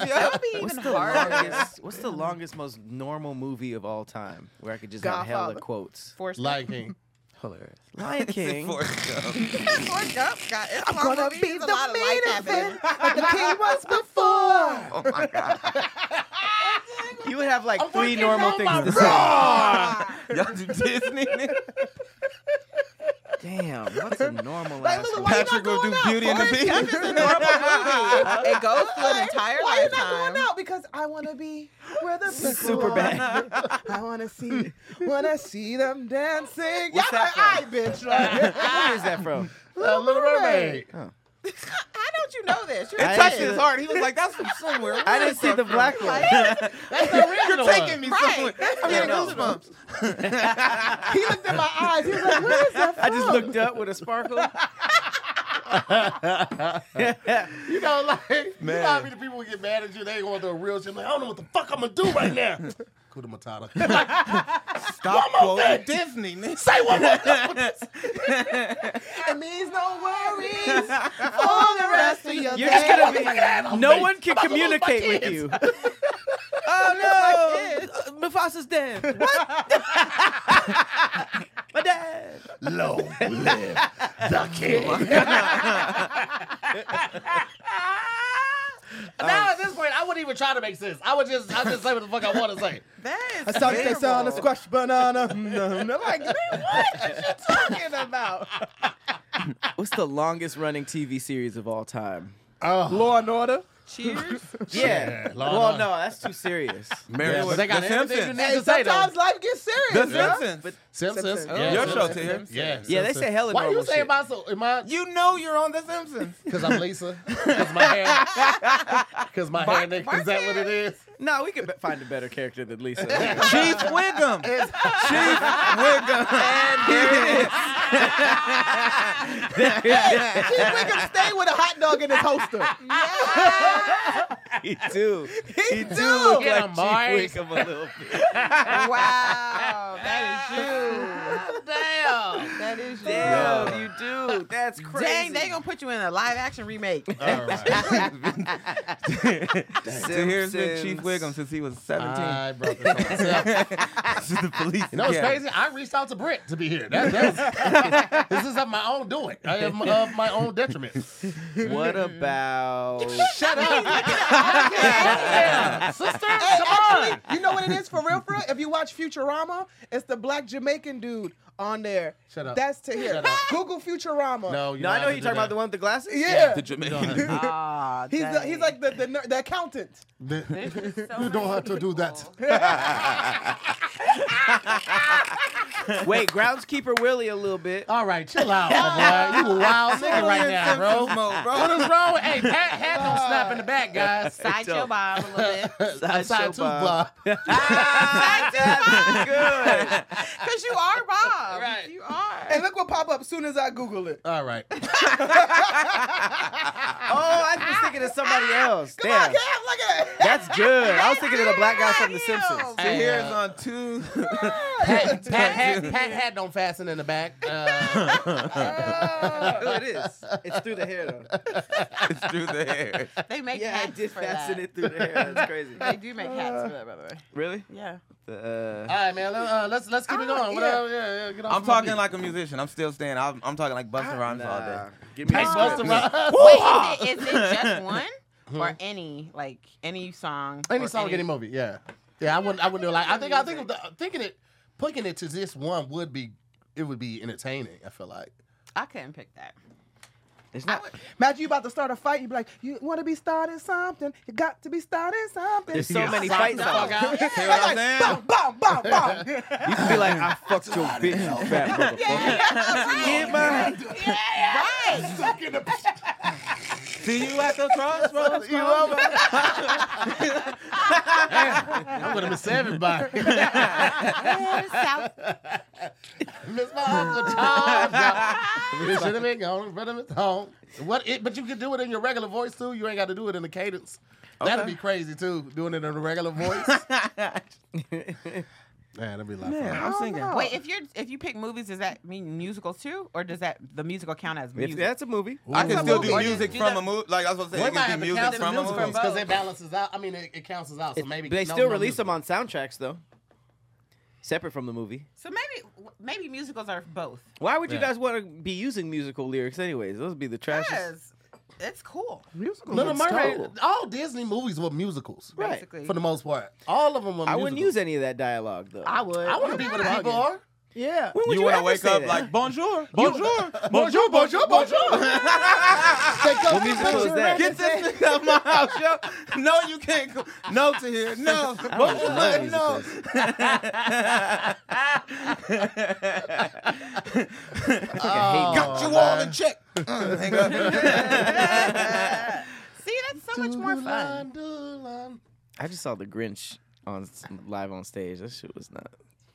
Speaker 1: [laughs]
Speaker 2: yo.
Speaker 3: [laughs] That would be even
Speaker 4: What's the
Speaker 3: harder.
Speaker 4: longest? What's the longest, most normal movie of all time where I could just have hella
Speaker 6: Godfather.
Speaker 4: quotes?
Speaker 3: Forrest [laughs]
Speaker 1: Lion King.
Speaker 4: Hilarious. [laughs] Lion
Speaker 2: [laughs]
Speaker 4: King.
Speaker 2: Forrest Gump.
Speaker 3: Gump. Forrest Gump got it's a long
Speaker 6: Gonna
Speaker 3: movie.
Speaker 6: be
Speaker 3: There's
Speaker 6: the
Speaker 3: a lot of life happening.
Speaker 6: main event, like
Speaker 3: [laughs]
Speaker 6: the king was before.
Speaker 2: Oh my god.
Speaker 4: [laughs] You would have like three
Speaker 1: working
Speaker 4: normal
Speaker 1: on
Speaker 4: things
Speaker 1: my
Speaker 4: to say.
Speaker 2: Y'all do Disney.
Speaker 4: [laughs] Damn, what's a normal
Speaker 6: Like,
Speaker 4: ass
Speaker 6: Lulu,
Speaker 4: movie?
Speaker 6: why you not
Speaker 2: Patrick will
Speaker 6: going
Speaker 2: do
Speaker 6: out?
Speaker 2: Beauty and the
Speaker 6: Forrest Gump is a
Speaker 2: Beast.
Speaker 6: normal
Speaker 3: It goes through an entire
Speaker 6: Why you not
Speaker 3: lifetime.
Speaker 6: going out? Because I want to be where the people
Speaker 4: Super
Speaker 6: are.
Speaker 4: bad.
Speaker 6: I want to see, want to see them dancing.
Speaker 4: What's
Speaker 6: Y'all
Speaker 4: that
Speaker 6: like, "Aight, bitch.
Speaker 1: [laughs]
Speaker 4: [laughs]
Speaker 6: Like,
Speaker 4: Where is that from?
Speaker 1: Uh, Little Mermaid.
Speaker 6: [laughs]
Speaker 3: How don't you know this? You're
Speaker 4: I
Speaker 3: a
Speaker 2: Touched
Speaker 3: kid.
Speaker 2: his heart. He was like, "That's from somewhere."
Speaker 4: I didn't see the black one. [laughs]
Speaker 6: [laughs]
Speaker 1: That's the original.
Speaker 2: You're taking me
Speaker 3: Right.
Speaker 2: somewhere.
Speaker 3: That's
Speaker 2: I'm getting
Speaker 4: the
Speaker 2: goosebumps.
Speaker 6: he looked in my eyes. He was like, where is that from?
Speaker 4: I just looked up with a sparkle.
Speaker 1: one. You know, like you
Speaker 2: Man.
Speaker 1: know how many people get mad at you? They want to do a real shit. Like I don't know what the fuck I'm gonna do right
Speaker 4: [laughs]
Speaker 1: now. Kuda Matata. [laughs] One
Speaker 2: Stop
Speaker 1: more
Speaker 2: quoting Disney. nigga.
Speaker 1: Say one more. [laughs]
Speaker 6: It means no worries
Speaker 1: [laughs]
Speaker 6: for the rest of your
Speaker 4: You're
Speaker 6: day.
Speaker 4: just gonna be. No one can
Speaker 1: I'm gonna lose my
Speaker 4: communicate with
Speaker 1: kids.
Speaker 4: you. oh no! Mufasa's dead. What? [laughs] My dad.
Speaker 1: [laughs] Long live
Speaker 4: [laughs]
Speaker 1: the [laughs] king. now at this point, I wouldn't even try to make sense. I would just, I would just say what the fuck I want to say.
Speaker 3: That is
Speaker 6: I saw that sound a
Speaker 3: terrible.
Speaker 6: squash banana. Mm, mm. I'm like, man, what are you talking about?
Speaker 4: [laughs] what's the longest running TV series of all time?
Speaker 1: Oh,
Speaker 2: Law and Order.
Speaker 3: Cheers.
Speaker 4: Yeah.
Speaker 1: Law and
Speaker 4: well,
Speaker 1: Order.
Speaker 4: no, that's too serious.
Speaker 2: Mary
Speaker 1: Yeah, but they got
Speaker 2: The
Speaker 1: everything
Speaker 2: Simpsons.
Speaker 1: you need.
Speaker 3: Hey,
Speaker 1: to say, though.
Speaker 3: sometimes life gets
Speaker 2: The
Speaker 3: serious. bruh.
Speaker 2: Simpsons.
Speaker 1: Simpsons.
Speaker 6: Simpsons.
Speaker 1: Yeah,
Speaker 2: Your
Speaker 1: Simpsons.
Speaker 2: show, Tim.
Speaker 1: Yeah,
Speaker 4: Yeah, they
Speaker 1: Simpsons.
Speaker 4: say hell in
Speaker 1: Why you
Speaker 4: normal
Speaker 1: say
Speaker 4: shit.
Speaker 1: am I so? Am I?
Speaker 2: You know you're on The Simpsons.
Speaker 1: Because I'm Lisa. Because my hair. Because my hair. Nick, is that what it is?
Speaker 4: No, we could be- find a better character than Lisa.
Speaker 2: Chief Wiggum. Chief Wiggum. And
Speaker 4: [laughs] [laughs]
Speaker 3: Chief Wiggum [laughs] stay with a hot dog in his
Speaker 6: [laughs]
Speaker 3: holster.
Speaker 4: [laughs] he do.
Speaker 3: He do.
Speaker 1: Yeah,
Speaker 4: Chief
Speaker 1: Mars.
Speaker 4: Wiggum a little bit.
Speaker 3: Wow, that is you. Damn, that is you.
Speaker 4: Damn, you do. That's crazy.
Speaker 3: Dang, they gonna put you in a live action remake.
Speaker 1: All right.
Speaker 2: So here's been Chief Wiggum since he was 17.
Speaker 1: I brought this on myself.
Speaker 2: This is the police.
Speaker 1: Uh, You know what's crazy?
Speaker 2: academy.
Speaker 1: I reached out to Brett to be here. That, that was, this is of my own doing. I am of my own detriment.
Speaker 4: What about?
Speaker 1: Shut up.
Speaker 6: [laughs]
Speaker 3: Yeah.
Speaker 1: Sister,
Speaker 3: Hey,
Speaker 1: come on.
Speaker 3: actually,
Speaker 6: You know what it is for real, for real? If you watch Futurama, it's the black Jamaican dude on there.
Speaker 1: Shut up.
Speaker 6: That's to hear.
Speaker 1: Shut up.
Speaker 6: Google Futurama.
Speaker 1: No, you
Speaker 4: No, I know
Speaker 1: how
Speaker 4: you're
Speaker 1: to
Speaker 4: talking about the
Speaker 1: do
Speaker 4: one with the glasses.
Speaker 6: Yeah.
Speaker 2: The [laughs]
Speaker 1: that. You
Speaker 2: Jamaican.
Speaker 1: don't have-
Speaker 3: Ah,
Speaker 6: He's the,
Speaker 3: dang.
Speaker 6: he's like the the, ner- the accountant.
Speaker 1: you don't have to do that.
Speaker 3: [laughs]
Speaker 4: [laughs] Wait, groundskeeper Willie a
Speaker 1: [laughs]
Speaker 4: little bit.
Speaker 1: All right, chill out, my boy. You a wild nigga right now, bro. What is wrong? with- Hey, Pat had no snap in the back, guys.
Speaker 3: side your bob a little bit.
Speaker 1: Side,
Speaker 4: Sideshow
Speaker 1: tooth
Speaker 4: Bob.
Speaker 1: bar.
Speaker 4: That's good.
Speaker 3: Cause you are Bob.
Speaker 1: Right.
Speaker 3: You are.
Speaker 6: And look what pop up soon as I Google it.
Speaker 1: All right.
Speaker 4: Oh, I was thinking of somebody else.
Speaker 6: Come on,
Speaker 4: Damn.
Speaker 6: Cam, look at it.
Speaker 4: That's good. I was thinking of the black guy from The
Speaker 3: Damn.
Speaker 4: Simpsons.
Speaker 2: So
Speaker 1: Hey,
Speaker 2: here's
Speaker 1: uh,
Speaker 2: on two. [laughs]
Speaker 1: Pat, Pat, had, Pat had don't fasten in the back. Uh,
Speaker 4: Oh, it is. It's through the hair though.
Speaker 2: it's through the hair.
Speaker 3: They make
Speaker 4: Yeah, I
Speaker 3: hats
Speaker 4: did
Speaker 3: for
Speaker 4: fasten
Speaker 3: that.
Speaker 4: it through the hair. That's crazy.
Speaker 3: They do make hats for that, by the way.
Speaker 4: Really?
Speaker 3: Yeah.
Speaker 4: Uh,
Speaker 1: all right, man. let- Uh, let's let's keep it
Speaker 6: Ah,
Speaker 1: going. What
Speaker 6: yeah.
Speaker 1: up? Yeah, yeah, get off
Speaker 2: I'm
Speaker 1: my
Speaker 2: talking
Speaker 1: beat.
Speaker 2: like a musician. I'm still staying. I'm, I'm talking like Busta Rhymes all
Speaker 4: nah.
Speaker 2: day.
Speaker 4: Give me
Speaker 1: Hey,
Speaker 4: a
Speaker 1: Busta
Speaker 4: script.
Speaker 1: Rhymes.
Speaker 3: Wait, is it, is it
Speaker 2: [laughs]
Speaker 3: just one
Speaker 2: Hmm.
Speaker 3: or any like any song?
Speaker 1: Any
Speaker 3: or
Speaker 1: song, any movie. Yeah, yeah. I wouldn't. I wouldn't do it. like. I think. I think of the, thinking it, picking it to this one would be. It would be entertaining. I feel like.
Speaker 3: I couldn't pick that.
Speaker 4: It's not.
Speaker 6: Imagine you about to start a fight. You be like, you want to be starting something. You got to be starting something.
Speaker 4: There's so
Speaker 1: Yeah.
Speaker 4: many
Speaker 1: Sock
Speaker 4: fights.
Speaker 1: the
Speaker 4: out
Speaker 1: fuck
Speaker 2: [laughs]
Speaker 4: there.
Speaker 1: out.
Speaker 2: Hear what I'm saying?
Speaker 6: Bum, bum, bum, bum.
Speaker 4: You could be like, I
Speaker 2: [laughs]
Speaker 4: fucked your bitch, you fat motherfucker. Get my-
Speaker 2: See you at the crossroads.
Speaker 1: You know what [laughs] I'm gonna miss everybody.
Speaker 3: [laughs] South
Speaker 1: [laughs] miss my Uncle [laughs] Tom. It should have been gone, but it's home. What? It, but you can do it in your regular voice too. You ain't got to do it in the cadence. That'd be crazy too. Doing it in a regular
Speaker 4: [laughs]
Speaker 1: voice. Man, that'd be a lot of fun.
Speaker 2: I'm singing.
Speaker 3: Oh, Wait, if you're if you pick movies, does that mean musicals too, or does that the musical count as
Speaker 4: If
Speaker 3: music?
Speaker 4: that's a movie.
Speaker 2: I can
Speaker 1: Ooh.
Speaker 2: still
Speaker 3: Ooh.
Speaker 2: do
Speaker 3: Why you
Speaker 2: music
Speaker 3: do
Speaker 2: from
Speaker 3: that?
Speaker 2: a movie. Like I was
Speaker 1: We
Speaker 2: supposed to
Speaker 1: might
Speaker 2: say, you
Speaker 1: have to count the
Speaker 2: can do music from a
Speaker 1: music
Speaker 2: movie.
Speaker 1: because it balances out. I mean, it, it cancels out. So maybe
Speaker 4: They
Speaker 1: no,
Speaker 4: still
Speaker 1: no
Speaker 4: release them
Speaker 1: music.
Speaker 4: on soundtracks though. Separate from the movie.
Speaker 3: so maybe maybe musicals are both.
Speaker 4: Why would you
Speaker 1: Yeah.
Speaker 4: guys want to be using musical lyrics anyways? Those would be the trashest.
Speaker 3: Yes, it's cool.
Speaker 6: Musical.
Speaker 1: Little
Speaker 4: It's
Speaker 1: Mermaid.
Speaker 4: total.
Speaker 1: All Disney movies were musicals,
Speaker 4: Right.
Speaker 3: Basically,
Speaker 1: for the most part. All of them were.
Speaker 4: I wouldn't
Speaker 1: musicals.
Speaker 4: use any of that dialogue though.
Speaker 6: I would.
Speaker 1: I want to be where the people
Speaker 6: Bugging.
Speaker 1: are.
Speaker 6: Yeah.
Speaker 4: When would
Speaker 2: You
Speaker 4: you
Speaker 2: want to
Speaker 4: ever
Speaker 2: wake
Speaker 4: say
Speaker 2: up
Speaker 4: that?
Speaker 2: like bonjour, [laughs] bonjour,
Speaker 1: Bonjour, bonjour, bonjour.
Speaker 6: Take
Speaker 4: What musical is that?
Speaker 2: Get this nigga out my house, yo. No, you can't. Go. No to here. No. Bonjour.
Speaker 4: love
Speaker 2: No. Got you all in check. Mm, hang [laughs] up.
Speaker 3: see, that's so much more fun.
Speaker 1: fun.
Speaker 4: I just saw the Grinch on s- live on stage. That shit was not.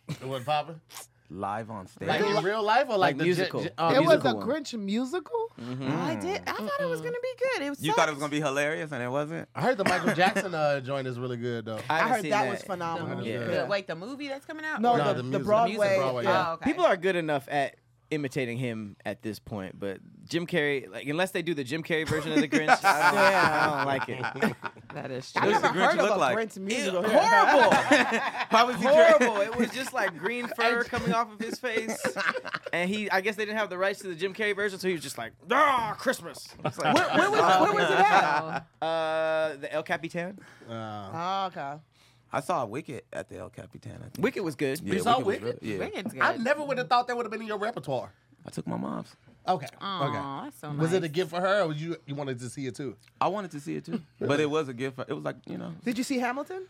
Speaker 1: It wasn't popping.
Speaker 2: Live on stage.
Speaker 1: Like in real life or like,
Speaker 4: Like
Speaker 1: the
Speaker 4: musical.
Speaker 1: J- j- um,
Speaker 4: It was
Speaker 1: musical
Speaker 4: a
Speaker 1: one?
Speaker 6: Grinch musical?
Speaker 4: mm-hmm.
Speaker 3: I did. I thought it was gonna be good. It was.
Speaker 2: you
Speaker 3: so-
Speaker 2: thought it was gonna be hilarious, and it wasn't.
Speaker 1: I heard the Michael Jackson uh, joint is really good though.
Speaker 6: I,
Speaker 4: haven't
Speaker 6: heard
Speaker 4: seen
Speaker 6: that, was phenomenal.
Speaker 1: Yeah.
Speaker 3: The- Wait, the movie that's coming out?
Speaker 6: No,
Speaker 3: Or-
Speaker 1: No,
Speaker 6: the,
Speaker 1: the
Speaker 6: the,
Speaker 1: music.
Speaker 6: Broadway.
Speaker 1: Broadway,
Speaker 6: yeah.
Speaker 3: Oh, okay.
Speaker 4: People are good enough at imitating him at this point, but Jim Carrey, like unless they do the Jim Carrey version of the Grinch, I, don't, I don't like it.
Speaker 3: that is
Speaker 6: I
Speaker 3: true.
Speaker 2: What's
Speaker 6: never
Speaker 2: the Grinch
Speaker 6: heard of
Speaker 2: look
Speaker 6: a
Speaker 2: like?
Speaker 6: Grinch
Speaker 2: [laughs]
Speaker 6: musical.
Speaker 2: Why
Speaker 4: [laughs]
Speaker 2: was he
Speaker 4: Horrible. It was just like [laughs] green fur coming off of his [laughs] face, and he. I guess they didn't have the rights to the Jim Carrey version, so he was just like, ah, Christmas. It's like,
Speaker 6: Where, where was, where was it at?
Speaker 4: uh, the El Capitan.
Speaker 1: Uh,
Speaker 6: Oh, okay.
Speaker 2: I saw Wicked at the El Capitan. I think.
Speaker 4: Wicked was good.
Speaker 2: Yeah,
Speaker 1: saw
Speaker 2: was
Speaker 1: Wicked?
Speaker 2: really- yeah.
Speaker 3: Wicked's good.
Speaker 1: I never would have thought that would have been in your repertoire.
Speaker 2: I took my mom's.
Speaker 1: Okay.
Speaker 3: Aw,
Speaker 1: okay.
Speaker 3: that's so
Speaker 1: Was it a
Speaker 3: nice.
Speaker 1: gift for her, or was you you wanted to see it too?
Speaker 2: I wanted to see it too, but it was a gift. For, it was like you know,
Speaker 6: Did you see Hamilton?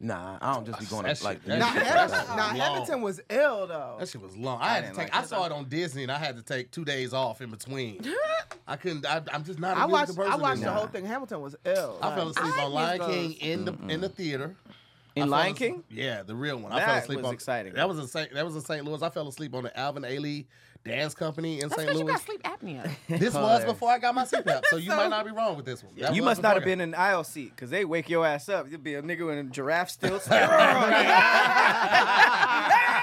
Speaker 2: nah. I don't just be going
Speaker 1: That
Speaker 2: to
Speaker 1: shit-
Speaker 2: like.
Speaker 1: that
Speaker 6: Nah,
Speaker 1: shit-
Speaker 6: Hamilton,
Speaker 1: that shit
Speaker 6: nah,
Speaker 1: long.
Speaker 6: Hamilton was ill
Speaker 4: Oh,
Speaker 6: though.
Speaker 1: That shit was long. I, had to
Speaker 2: didn't
Speaker 1: take.
Speaker 2: like
Speaker 1: I saw it on Disney, and I had to take two days off in
Speaker 4: [laughs]
Speaker 1: between. I couldn't. I, I'm just not. a
Speaker 6: I
Speaker 1: musical
Speaker 6: watched.
Speaker 1: Person
Speaker 6: I watched the
Speaker 1: anymore.
Speaker 6: whole thing. Hamilton was ill.
Speaker 1: I fell
Speaker 6: Like,
Speaker 1: asleep
Speaker 3: I
Speaker 1: on
Speaker 3: like
Speaker 1: Lion King in the in the theater. I
Speaker 4: In
Speaker 1: fell
Speaker 4: Lion
Speaker 1: as-
Speaker 4: King?
Speaker 1: Yeah, the real one. I
Speaker 4: That
Speaker 1: fell asleep
Speaker 4: was
Speaker 1: on
Speaker 4: exciting.
Speaker 1: That was in Saint, that was in St. Louis. I fell asleep on the Alvin Ailey Dance Company in
Speaker 3: That's
Speaker 1: St.
Speaker 3: because you
Speaker 1: Louis.
Speaker 3: got sleep apnea.
Speaker 1: This was before I got my CPAP, so
Speaker 4: [laughs]
Speaker 1: you might not be wrong with this one. That
Speaker 4: You
Speaker 1: was
Speaker 4: must not have
Speaker 1: before
Speaker 4: been in aisle seat because they wake your ass up. You'll be a nigga in a giraffe [laughs] still. [laughs]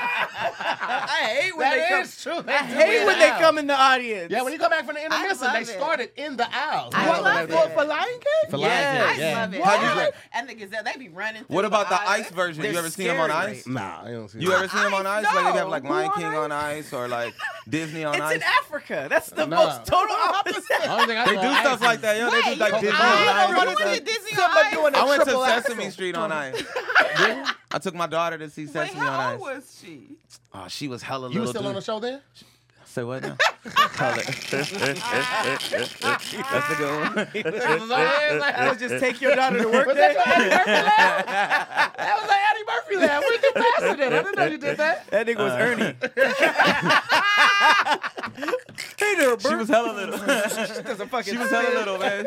Speaker 4: I hate when
Speaker 1: That
Speaker 4: they
Speaker 1: is true. They
Speaker 4: come.
Speaker 1: do
Speaker 4: Hate
Speaker 1: it
Speaker 4: when they
Speaker 1: now.
Speaker 4: come in the audience.
Speaker 1: Yeah, when you come back from the intermission,
Speaker 3: love
Speaker 1: they
Speaker 3: it.
Speaker 1: started in the aisle.
Speaker 3: I
Speaker 1: What?
Speaker 3: love
Speaker 6: for,
Speaker 3: it.
Speaker 6: for Lion King.
Speaker 1: For
Speaker 4: Yes.
Speaker 1: Lion
Speaker 3: I
Speaker 1: King, yeah.
Speaker 3: love it.
Speaker 2: How'd you like-
Speaker 5: And the gazelle, they be running. Through
Speaker 2: What about the
Speaker 5: aisles.
Speaker 2: ice version? You
Speaker 4: They're
Speaker 2: ever seen them on
Speaker 4: scary.
Speaker 2: ice?
Speaker 1: Nah, I don't see
Speaker 2: You
Speaker 1: that.
Speaker 2: ever seen them on ice? Like they have like Lion King on ice or like Disney on
Speaker 4: It's
Speaker 2: ice.
Speaker 4: in Africa. That's the
Speaker 1: Nah.
Speaker 2: [laughs]
Speaker 4: most total opposite.
Speaker 1: I don't think I
Speaker 2: They
Speaker 1: saw
Speaker 2: do
Speaker 1: ice
Speaker 2: stuff
Speaker 1: in-
Speaker 2: like that. Yo, they do
Speaker 3: Wait,
Speaker 2: like
Speaker 1: you-
Speaker 2: Disney
Speaker 1: I
Speaker 2: on
Speaker 1: never
Speaker 2: ice.
Speaker 1: went to
Speaker 2: and stuff.
Speaker 3: Disney
Speaker 6: Somebody doing a
Speaker 2: I went to
Speaker 6: triple axel.
Speaker 2: Sesame Street on ice. I took my daughter to see
Speaker 5: Wait,
Speaker 2: Sesame on
Speaker 5: how
Speaker 2: ice.
Speaker 5: old was she?
Speaker 2: Oh, she was hella
Speaker 1: You
Speaker 2: little.
Speaker 1: were still on the
Speaker 2: dude.
Speaker 1: show then?
Speaker 2: Say what [laughs] now? Call it. That's a good one. [laughs]
Speaker 4: [laughs] I would just take your daughter to work.
Speaker 1: Was that your Eddie Murphy laugh? That was like Eddie Murphy laugh. Where'd you pass it at? I didn't know you did that.
Speaker 4: That nigga was
Speaker 2: Uh, [laughs]
Speaker 4: Ernie. hey there,
Speaker 2: She was hella little.
Speaker 4: a
Speaker 2: [laughs]
Speaker 4: fucking
Speaker 2: She was hella little, man.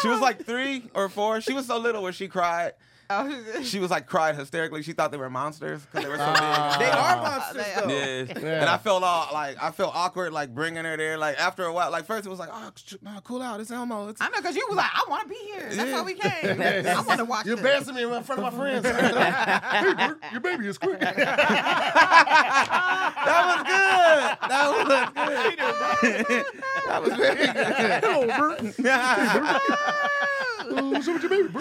Speaker 2: she was like three or four. She was so little where she cried.
Speaker 3: [laughs]
Speaker 2: She was like cried hysterically. She thought they were monsters because they were so
Speaker 1: Ah.
Speaker 4: They
Speaker 2: big.
Speaker 4: are monsters though.
Speaker 2: Yeah.
Speaker 1: Yeah.
Speaker 2: and I felt all like I felt awkward like bringing her there. Like after a while, like first it was like, oh, ch- nah, cool out, it's Elmo. It's
Speaker 5: I know, cause you was like, I want to be here. That's
Speaker 2: Yeah.
Speaker 5: why we
Speaker 1: [laughs]
Speaker 5: came. I want to watch.
Speaker 1: You're
Speaker 5: this.
Speaker 1: embarrassing me in front of my friends. hey, Bert, your baby is quick.
Speaker 2: that was good. That was [laughs] good. [laughs] that was very good.
Speaker 1: Uh, What's up with your baby, Bert?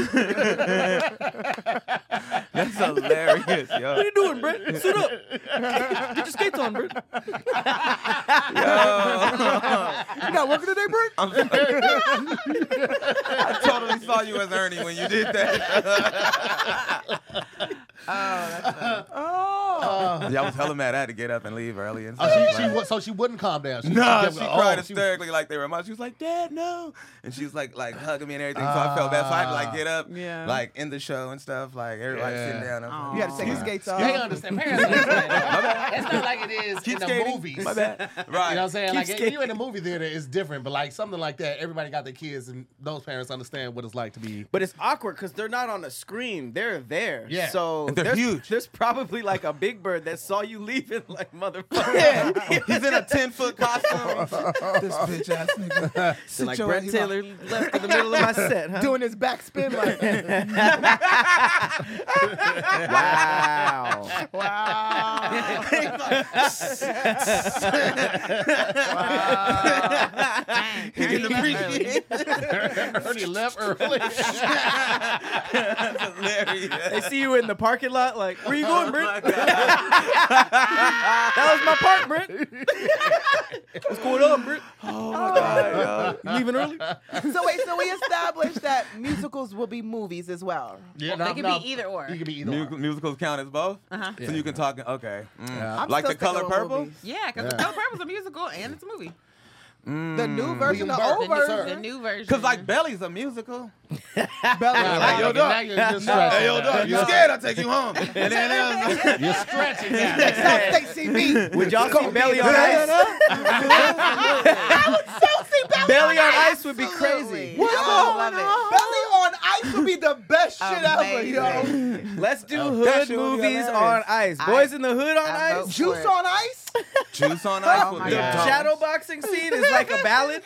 Speaker 2: [laughs] That's hilarious, yo.
Speaker 4: What you doing, Brett? Suit up. Get your skates on, Brett.
Speaker 6: You not working today, Brick?
Speaker 2: I'm sorry. I totally saw you as Ernie when you did that.
Speaker 6: Oh,
Speaker 2: yeah, I was hella mad. I had to get up and leave early. And stuff.
Speaker 1: Oh, she,
Speaker 2: Like-
Speaker 1: she, wa- so she wouldn't calm down. She,
Speaker 2: No,
Speaker 1: kept
Speaker 2: she
Speaker 1: going, oh,
Speaker 2: cried
Speaker 1: she-
Speaker 2: hysterically like they were mine. She was like, "Dad, no!" And she was like, like hugging me and everything. So I felt bad. So I had to like get up,
Speaker 6: Yeah.
Speaker 2: like in the show and stuff. Like everybody
Speaker 1: Yeah.
Speaker 2: sitting down. I was
Speaker 6: you
Speaker 2: like,
Speaker 6: got to take your
Speaker 2: Wow.
Speaker 6: skates
Speaker 1: They
Speaker 6: off.
Speaker 1: understand. Parents understand. that. It's not like it is
Speaker 2: Keep
Speaker 1: in the
Speaker 2: skating.
Speaker 1: movies.
Speaker 2: My bad. Right.
Speaker 1: [laughs] You know what I'm saying?
Speaker 4: Keep
Speaker 1: like,
Speaker 4: skating.
Speaker 1: you in the movie theater, it's different, but like something like that, everybody got their kids, and those parents understand what it's like to be.
Speaker 4: But it's awkward because they're not on a screen. They're there.
Speaker 1: Yeah.
Speaker 4: So
Speaker 2: And they're
Speaker 4: there's,
Speaker 2: huge.
Speaker 4: There's probably like a big bird that saw you leaving, like motherfucker. [laughs]
Speaker 2: He's in a
Speaker 1: [laughs]
Speaker 2: ten foot costume. this bitch ass nigga.
Speaker 4: So
Speaker 2: Sit
Speaker 4: like
Speaker 2: your
Speaker 4: Brett
Speaker 2: ass- [laughs]
Speaker 4: Taylor left in the middle of my set, huh?
Speaker 6: Doing his backspin
Speaker 4: [laughs]
Speaker 6: like,
Speaker 4: wow.
Speaker 6: wow.
Speaker 2: He didn't appreciate.
Speaker 1: Ernie left
Speaker 2: [laughs]
Speaker 1: early.
Speaker 2: That's hilarious.
Speaker 4: They see you in the parking lot, like, where you
Speaker 2: [laughs]
Speaker 4: going, Brent? that was my park, Brent. [laughs] What's going on, Brent?
Speaker 2: Oh my god. yo.
Speaker 4: You leaving early?
Speaker 6: so wait, so we established that musicals will be movies as well.
Speaker 1: yeah,
Speaker 3: They can be either or.
Speaker 1: You can be either.
Speaker 2: Mu-
Speaker 1: or.
Speaker 2: musicals count as both,
Speaker 5: Uh-huh.
Speaker 2: so you can talk. Okay, Mm.
Speaker 1: Yeah.
Speaker 6: I'm
Speaker 2: like
Speaker 6: still
Speaker 2: the color
Speaker 6: sticking with
Speaker 2: purple.
Speaker 6: movies.
Speaker 5: Yeah, because
Speaker 1: Yeah.
Speaker 5: the Color Purple's a musical and it's a movie.
Speaker 6: The
Speaker 2: Mm.
Speaker 6: new version, the
Speaker 1: William
Speaker 6: old
Speaker 1: Burr.
Speaker 6: version.
Speaker 1: Sir.
Speaker 5: The new version.
Speaker 2: Cause like Belly's a musical.
Speaker 6: Belly
Speaker 1: Nah,
Speaker 6: was
Speaker 1: nah,
Speaker 2: Like, yo,
Speaker 1: okay,
Speaker 2: dog.
Speaker 1: now you're, you're stretching.
Speaker 2: Hey, yo, dog, you
Speaker 1: You're
Speaker 2: scared? I'll take you home. And then it was like,
Speaker 1: You're stretching
Speaker 2: [laughs]
Speaker 1: now.
Speaker 6: Stop Stacey B.
Speaker 4: Would y'all see Belly on Ice? Belly on Ice would be crazy.
Speaker 6: What?
Speaker 5: I love it.
Speaker 6: Belly on Ice would be the best shit ever,
Speaker 5: Amazing.
Speaker 6: yo.
Speaker 4: Let's do
Speaker 2: that
Speaker 4: Oh, hood
Speaker 2: shit would be
Speaker 4: movies on
Speaker 2: hilarious.
Speaker 4: ice.
Speaker 5: I-
Speaker 4: Boys in the hood
Speaker 5: I
Speaker 4: on
Speaker 5: vote
Speaker 4: ice.
Speaker 5: for
Speaker 6: Juice
Speaker 5: it.
Speaker 6: on Ice?
Speaker 2: Juice on ice
Speaker 6: Oh
Speaker 2: would
Speaker 6: my
Speaker 2: be
Speaker 6: God.
Speaker 2: dope.
Speaker 4: Shadow boxing scene is like a ballad.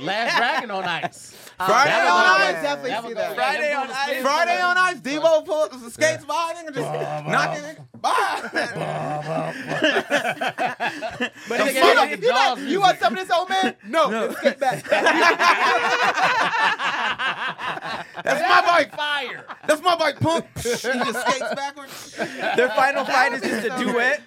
Speaker 1: Last Dragon on Ice.
Speaker 2: Friday
Speaker 1: That
Speaker 2: on
Speaker 1: was a-
Speaker 2: ice.
Speaker 6: I definitely
Speaker 1: that
Speaker 6: see
Speaker 1: was
Speaker 6: that.
Speaker 1: a-
Speaker 4: Friday on
Speaker 1: them
Speaker 4: Ice.
Speaker 1: boys-
Speaker 2: Friday on ice. Devo pulls the skates by and just knocking it. Bye.
Speaker 4: But
Speaker 1: Them fucking
Speaker 4: nigga, nigga,
Speaker 1: Jaws
Speaker 6: You, like, you
Speaker 1: music.
Speaker 6: want some of this, old man? No, let's get back.
Speaker 2: That's my bike.
Speaker 1: Fire.
Speaker 2: That's my bike. Pump. He just skates backwards.
Speaker 4: [laughs] their final fight is just a duet.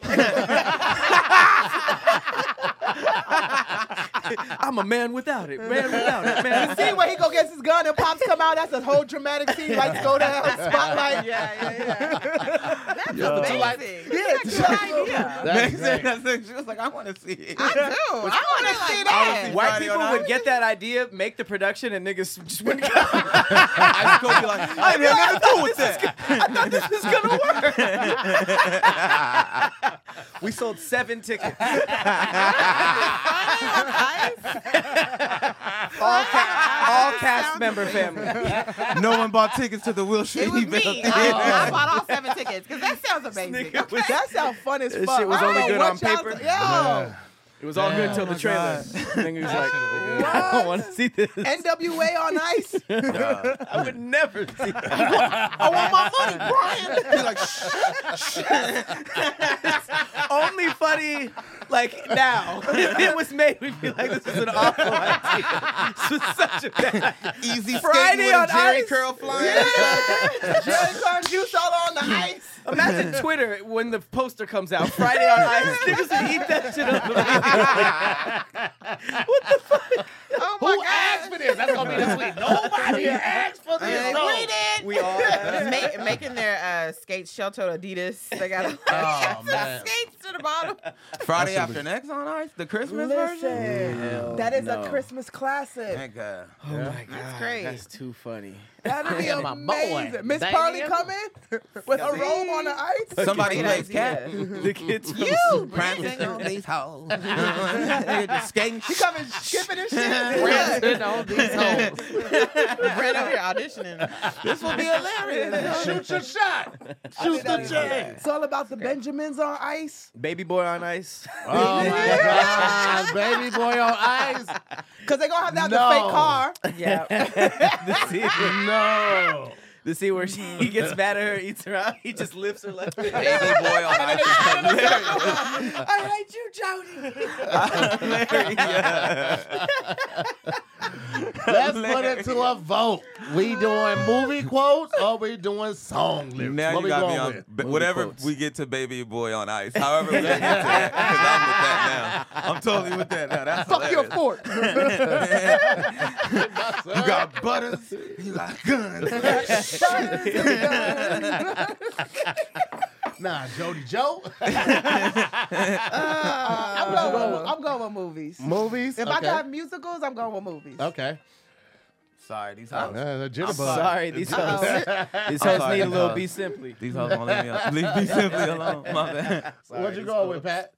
Speaker 4: I'm a man without it. Man without it. Man.
Speaker 6: The scene where he go gets his gun and pops come out, that's a whole dramatic scene. Lights go down, spotlight. Yeah,
Speaker 3: That's
Speaker 2: Yo.
Speaker 3: amazing.
Speaker 2: Like-
Speaker 3: That's a good idea.
Speaker 1: That's great.
Speaker 2: [laughs] She was like, I want to see it.
Speaker 3: I do. I want to
Speaker 6: see
Speaker 3: like
Speaker 2: I would see-
Speaker 3: that. [laughs]
Speaker 4: [laughs] White
Speaker 2: Friday
Speaker 4: people
Speaker 2: on
Speaker 4: would
Speaker 2: Ice.
Speaker 4: get that idea, make the production, and niggas just wouldn't
Speaker 2: I just go be like, I didn't
Speaker 4: [laughs]
Speaker 2: have nothing to do with that.
Speaker 4: It's gonna work. we sold seven tickets.
Speaker 3: [laughs]
Speaker 4: all, ca- all cast member family.
Speaker 2: No one bought tickets to the Wilshire
Speaker 3: It was me. Oh.
Speaker 2: Evil
Speaker 3: I, I bought all seven tickets because that sounds amazing.
Speaker 4: Nigga was-
Speaker 6: That sounds fun as
Speaker 4: This
Speaker 6: fuck.
Speaker 4: shit was
Speaker 6: I
Speaker 4: only
Speaker 6: don't
Speaker 4: good
Speaker 6: know
Speaker 4: on
Speaker 6: what y'all-
Speaker 4: paper.
Speaker 6: Yo,
Speaker 4: It was all
Speaker 2: [laughs]
Speaker 4: good until the trailer.
Speaker 2: Oh God.
Speaker 4: Niggas like,
Speaker 1: should've
Speaker 4: [laughs] I don't want to see this.
Speaker 6: NWA on
Speaker 3: [laughs]
Speaker 6: ice.
Speaker 4: [laughs] I would never [laughs] see that.
Speaker 6: I want my money,
Speaker 3: [laughs]
Speaker 6: Brian.
Speaker 2: He's like, shh,
Speaker 4: Only funny, like now. [laughs] if it was made, we'd be like, this is an awful idea. [laughs] This was such a bad idea.
Speaker 2: easy
Speaker 4: Friday
Speaker 2: Friday
Speaker 4: on
Speaker 2: on Jerry
Speaker 4: Ice.
Speaker 2: curl flying. [laughs]
Speaker 6: Jerry Carl juice all on the ice.
Speaker 4: [laughs] Imagine Twitter when the poster comes out Friday on Ice. [laughs] Niggas would eat that shit up. what the fuck?
Speaker 3: Oh
Speaker 1: [laughs] Who
Speaker 3: my
Speaker 1: asked for this? That's gonna be this week. Nobody asked for this.
Speaker 3: Hey,
Speaker 1: no.
Speaker 3: we did.
Speaker 6: [laughs]
Speaker 4: We all.
Speaker 3: god! Ma- making their uh, skates shelter Adidas. They
Speaker 6: [laughs]
Speaker 3: got
Speaker 1: Oh, man.
Speaker 3: skates to the bottom.
Speaker 2: Friday
Speaker 1: That should've
Speaker 2: after next on Ice, the Christmas version.
Speaker 6: Listen, that is
Speaker 4: no.
Speaker 6: a Christmas classic.
Speaker 2: Thank God.
Speaker 4: Oh my god, [laughs] that's,
Speaker 3: great.
Speaker 4: too funny.
Speaker 6: That'll be
Speaker 1: my boy.
Speaker 6: amazing. Miss
Speaker 1: Baby.
Speaker 6: Parley coming with a
Speaker 2: Yes,
Speaker 6: robe on the ice.
Speaker 2: Somebody
Speaker 3: Good
Speaker 2: plays cat.
Speaker 3: idea.
Speaker 4: [laughs] The kids. from-
Speaker 6: [laughs]
Speaker 3: You
Speaker 2: Practicing on [laughs]
Speaker 3: [laughs]
Speaker 2: these hoes. Nigga just skating.
Speaker 6: She
Speaker 2: [laughs]
Speaker 6: coming skipping and
Speaker 4: [laughs]
Speaker 6: shit.
Speaker 3: Brandon on these hoes. Brandon over here auditioning.
Speaker 2: This will be
Speaker 4: [laughs]
Speaker 2: hilarious.
Speaker 1: Shoot your shot. Shoot the chance.
Speaker 6: It's all about the Benjamins on ice.
Speaker 4: Baby boy on [laughs] ice.
Speaker 1: Oh my
Speaker 4: Uh,
Speaker 1: God, baby boy on ice.
Speaker 6: Because they're going to have to have
Speaker 1: No.
Speaker 6: the fake car.
Speaker 4: Yeah. [laughs] the scene.
Speaker 1: No.
Speaker 4: The scene where she, he [laughs] gets mad at her, eats her out, he just lifts her [laughs] left.
Speaker 2: Baby boy on Ice is hilarious.
Speaker 6: I hate you, Jody.
Speaker 1: Let's put it to a vote. We doing movie quotes or we doing song lyrics?
Speaker 2: Now
Speaker 1: what
Speaker 2: you
Speaker 1: we
Speaker 2: got
Speaker 1: going
Speaker 2: me on
Speaker 1: with? [laughs]
Speaker 2: b-
Speaker 4: Movie
Speaker 2: whatever
Speaker 4: quotes.
Speaker 2: we get to Baby Boy on Ice. However we get to that, 'cause I'm with that now. I'm totally with that now. That's
Speaker 6: Fuck your
Speaker 2: hilarious.
Speaker 6: fork.
Speaker 1: [laughs]
Speaker 2: You got butters. You got guns.
Speaker 1: Nah, Jody Joe.
Speaker 3: Uh,
Speaker 6: I'm, going with, I'm going with movies.
Speaker 1: Movies.
Speaker 6: If
Speaker 1: okay.
Speaker 6: I got musicals, I'm going with movies.
Speaker 1: Okay.
Speaker 2: Sorry, these
Speaker 1: Uh,
Speaker 2: hoes.
Speaker 1: the
Speaker 4: I'm
Speaker 1: jitterbug.
Speaker 4: sorry,
Speaker 1: [laughs]
Speaker 4: these hoes. These hoes
Speaker 2: Oh. sorry,
Speaker 4: need a
Speaker 2: these
Speaker 4: little
Speaker 2: hoes.
Speaker 4: be simply.
Speaker 2: These hoes won't leave me alone. Leave me simply alone. My bad.
Speaker 1: What you going with, Pat?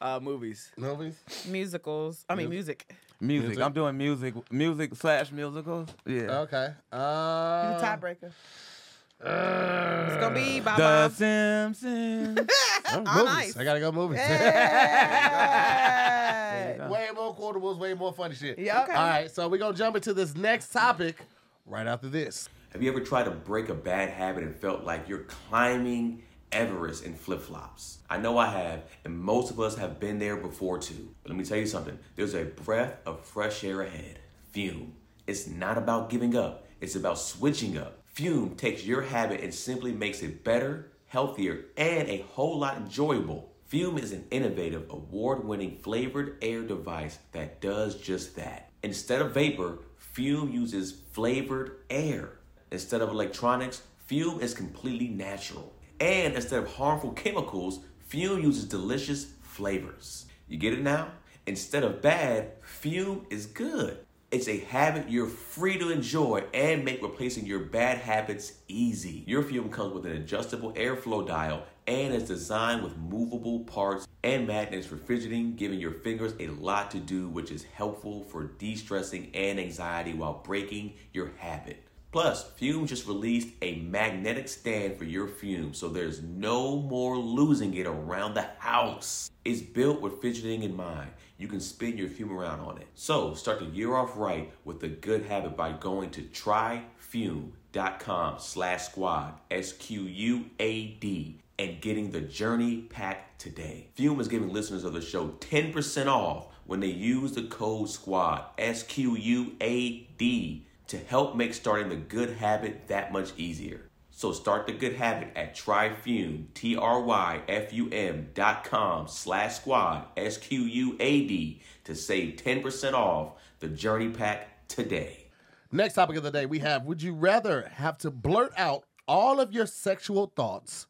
Speaker 4: Uh, movies.
Speaker 1: Movies.
Speaker 3: Musicals. I mean, music.
Speaker 2: [laughs] Music.
Speaker 1: Music.
Speaker 2: I'm doing music. Music slash musicals. Yeah.
Speaker 1: Okay. Uh,
Speaker 6: Tiebreaker.
Speaker 3: It's gonna
Speaker 6: Uh,
Speaker 3: be by
Speaker 2: The
Speaker 3: mom.
Speaker 2: [laughs]
Speaker 3: [laughs]
Speaker 2: Simpsons.
Speaker 1: I'm
Speaker 3: On
Speaker 1: movies.
Speaker 3: ice.
Speaker 1: I gotta go movies.
Speaker 6: [laughs] Hey.
Speaker 1: [laughs] way more quotables, way more funny shit.
Speaker 6: Yeah.
Speaker 1: All right, so we're gonna jump into this next topic right after this.
Speaker 7: Have you ever tried to break a bad habit and felt like you're climbing Everest in flip flops? I know I have, and most of us have been there before too. But let me tell you something there's a breath of fresh air ahead. Fume. It's not about giving up, it's about switching up. Fume takes your habit and simply makes it better, healthier, and a whole lot enjoyable. Fume is an innovative, award winning flavored air device that does just that. Instead of vapor, Fume uses flavored air. Instead of electronics, fume is completely natural. And instead of harmful chemicals, fume uses delicious flavors. You get it now? Instead of bad, fume is good. It's a habit you're free to enjoy and make replacing your bad habits easy. Your fume comes with an adjustable airflow dial and is designed with movable parts and magnets for fidgeting, giving your fingers a lot to do, which is helpful for de stressing and anxiety while breaking your habit. Plus, Fume just released a magnetic stand for your fume, so there's no more losing it around the house. It's built with fidgeting in mind. You can spin your fume around on it. So, start the year off right with a good habit by going to tryfume.com slash squad, S-Q-U-A-D, and getting the journey pack today. Fume is giving listeners of the show 10% off when they use the code SQUAD, S Q U A D, to help make starting the good habit that much easier. So start the good habit at tryfume, T-R-Y-F-U-M dot com slash squad, S-Q-U-A-D, to save 10% off the Journey Pack today.
Speaker 1: Next topic of the day we have Would you rather have to blurt out all of your sexual thoughts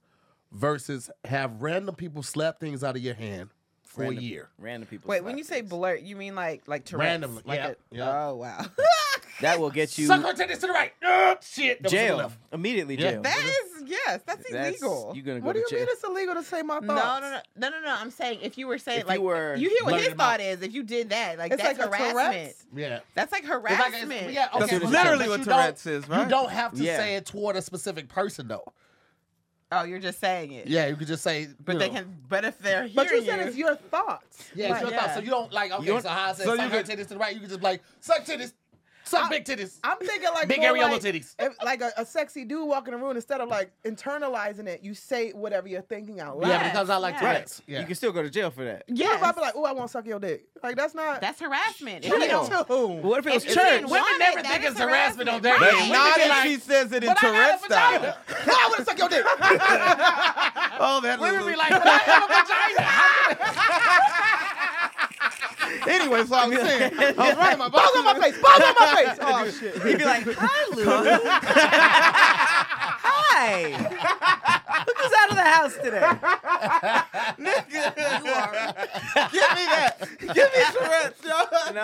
Speaker 1: versus have random people slap things out of your hand for
Speaker 4: Random-
Speaker 1: a year?
Speaker 4: Random people.
Speaker 3: Wait,
Speaker 4: slap
Speaker 3: when you
Speaker 4: it.
Speaker 3: say blurt, you mean like like Tourette's?
Speaker 1: Randomly,
Speaker 3: Like
Speaker 1: yeah,
Speaker 3: a-
Speaker 1: yeah.
Speaker 3: Oh wow. [laughs]
Speaker 4: that will get you
Speaker 1: Suck her titties to the right. Oh, shit. that was
Speaker 4: jail
Speaker 1: enough.
Speaker 4: immediately.
Speaker 1: Yeah.
Speaker 4: Jail.
Speaker 3: that is yes, that's,
Speaker 4: That's-
Speaker 3: illegal. [laughs]
Speaker 4: You're gonna go
Speaker 6: What do
Speaker 4: to
Speaker 6: you
Speaker 4: jail.
Speaker 6: mean it's illegal to say my thoughts?
Speaker 3: no, no, no, no, no, no. I'm saying if you were saying
Speaker 4: If you
Speaker 3: like
Speaker 4: were
Speaker 3: hear what
Speaker 1: blurting
Speaker 3: his
Speaker 1: them out.
Speaker 3: thought is. If you did that, like
Speaker 6: It's
Speaker 3: that's
Speaker 6: like a Tourette's?
Speaker 3: harassment.
Speaker 1: Yeah.
Speaker 3: That's like
Speaker 1: It's like- it's-
Speaker 3: harassment.
Speaker 1: yeah, okay,
Speaker 2: That's
Speaker 1: but-
Speaker 2: literally
Speaker 1: but
Speaker 2: what
Speaker 1: you don't-
Speaker 2: Tourette's is, right?
Speaker 1: You don't have to
Speaker 4: Yeah.
Speaker 1: say it toward a specific person, though.
Speaker 3: Oh, you're just saying it.
Speaker 1: Yeah, you could just say.
Speaker 3: But
Speaker 1: you
Speaker 3: they
Speaker 1: know.
Speaker 3: can. But if they're hearing
Speaker 6: But you
Speaker 3: you,
Speaker 6: said it's your thoughts.
Speaker 1: Yeah, it's
Speaker 3: Right,
Speaker 1: your thought.
Speaker 3: yeah.
Speaker 1: So you don't like. Okay,
Speaker 4: don't-
Speaker 1: so how I said
Speaker 2: so
Speaker 1: suck
Speaker 2: you
Speaker 1: her
Speaker 2: could-
Speaker 1: titties to the right. You could just be like suck titties, suck big titties,
Speaker 6: I'm thinking like
Speaker 1: big
Speaker 6: more
Speaker 1: areola
Speaker 6: like,
Speaker 1: titties.
Speaker 6: if- like a, a sexy dude walking the room instead of like internalizing it, you say whatever you're thinking out loud.
Speaker 1: Yeah, but it comes out like
Speaker 3: yeah.
Speaker 1: Tourette's. Yeah.
Speaker 4: You can still go to jail for that.
Speaker 6: What if I
Speaker 3: yes,
Speaker 6: be like, oh, I want to suck your dick? Like that's not.
Speaker 3: that's harassment. If
Speaker 6: Chill.
Speaker 3: you don't,
Speaker 6: [laughs]
Speaker 4: What if it was
Speaker 3: if you
Speaker 4: church?
Speaker 3: didn't
Speaker 1: Women
Speaker 3: want
Speaker 1: never
Speaker 3: it, that
Speaker 1: think
Speaker 3: is
Speaker 1: it's harassment on
Speaker 3: harassment.
Speaker 1: their
Speaker 3: Right.
Speaker 1: end.
Speaker 2: Not
Speaker 1: Women
Speaker 2: if
Speaker 1: be
Speaker 2: she
Speaker 1: like,
Speaker 2: says it in
Speaker 1: "But I got a
Speaker 2: Tourette's style.
Speaker 1: vagina."
Speaker 6: I want to suck your dick.
Speaker 2: Oh, that
Speaker 1: Women
Speaker 2: Lulu.
Speaker 6: [laughs]
Speaker 1: be like, but I have a vagina.
Speaker 2: [laughs] Anyway, so I'm saying,
Speaker 1: [laughs]
Speaker 2: I
Speaker 6: [laughs]
Speaker 2: was right, my
Speaker 6: Balls on my face. Balls on my face. Oh shit.
Speaker 4: He'd be like, "Hi, Lou. Hi. Look who's out of the house today."
Speaker 2: Give me that. Give me Tourette's, yo.
Speaker 4: [laughs] No,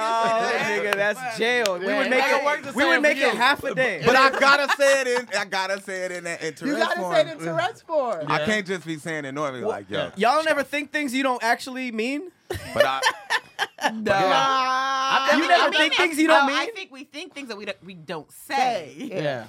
Speaker 4: nigga, that's jail. We would make
Speaker 1: I got work
Speaker 4: it.
Speaker 1: to
Speaker 4: We
Speaker 1: say
Speaker 4: would
Speaker 1: for
Speaker 4: make it
Speaker 1: you.
Speaker 4: half a day.
Speaker 2: But I gotta say it in. I gotta say it in that in
Speaker 6: You
Speaker 2: Tourette's
Speaker 6: gotta
Speaker 2: form.
Speaker 6: say it in Tourette's form.
Speaker 2: I can't just be saying it normally like yo.
Speaker 4: Y'all never think things you don't actually mean.
Speaker 2: But I,
Speaker 4: Oh.
Speaker 1: I've
Speaker 4: You
Speaker 1: never-
Speaker 4: never think things you don't
Speaker 3: Oh, I
Speaker 4: mean.
Speaker 3: think we think things that we don't, we don't say.
Speaker 1: Yeah.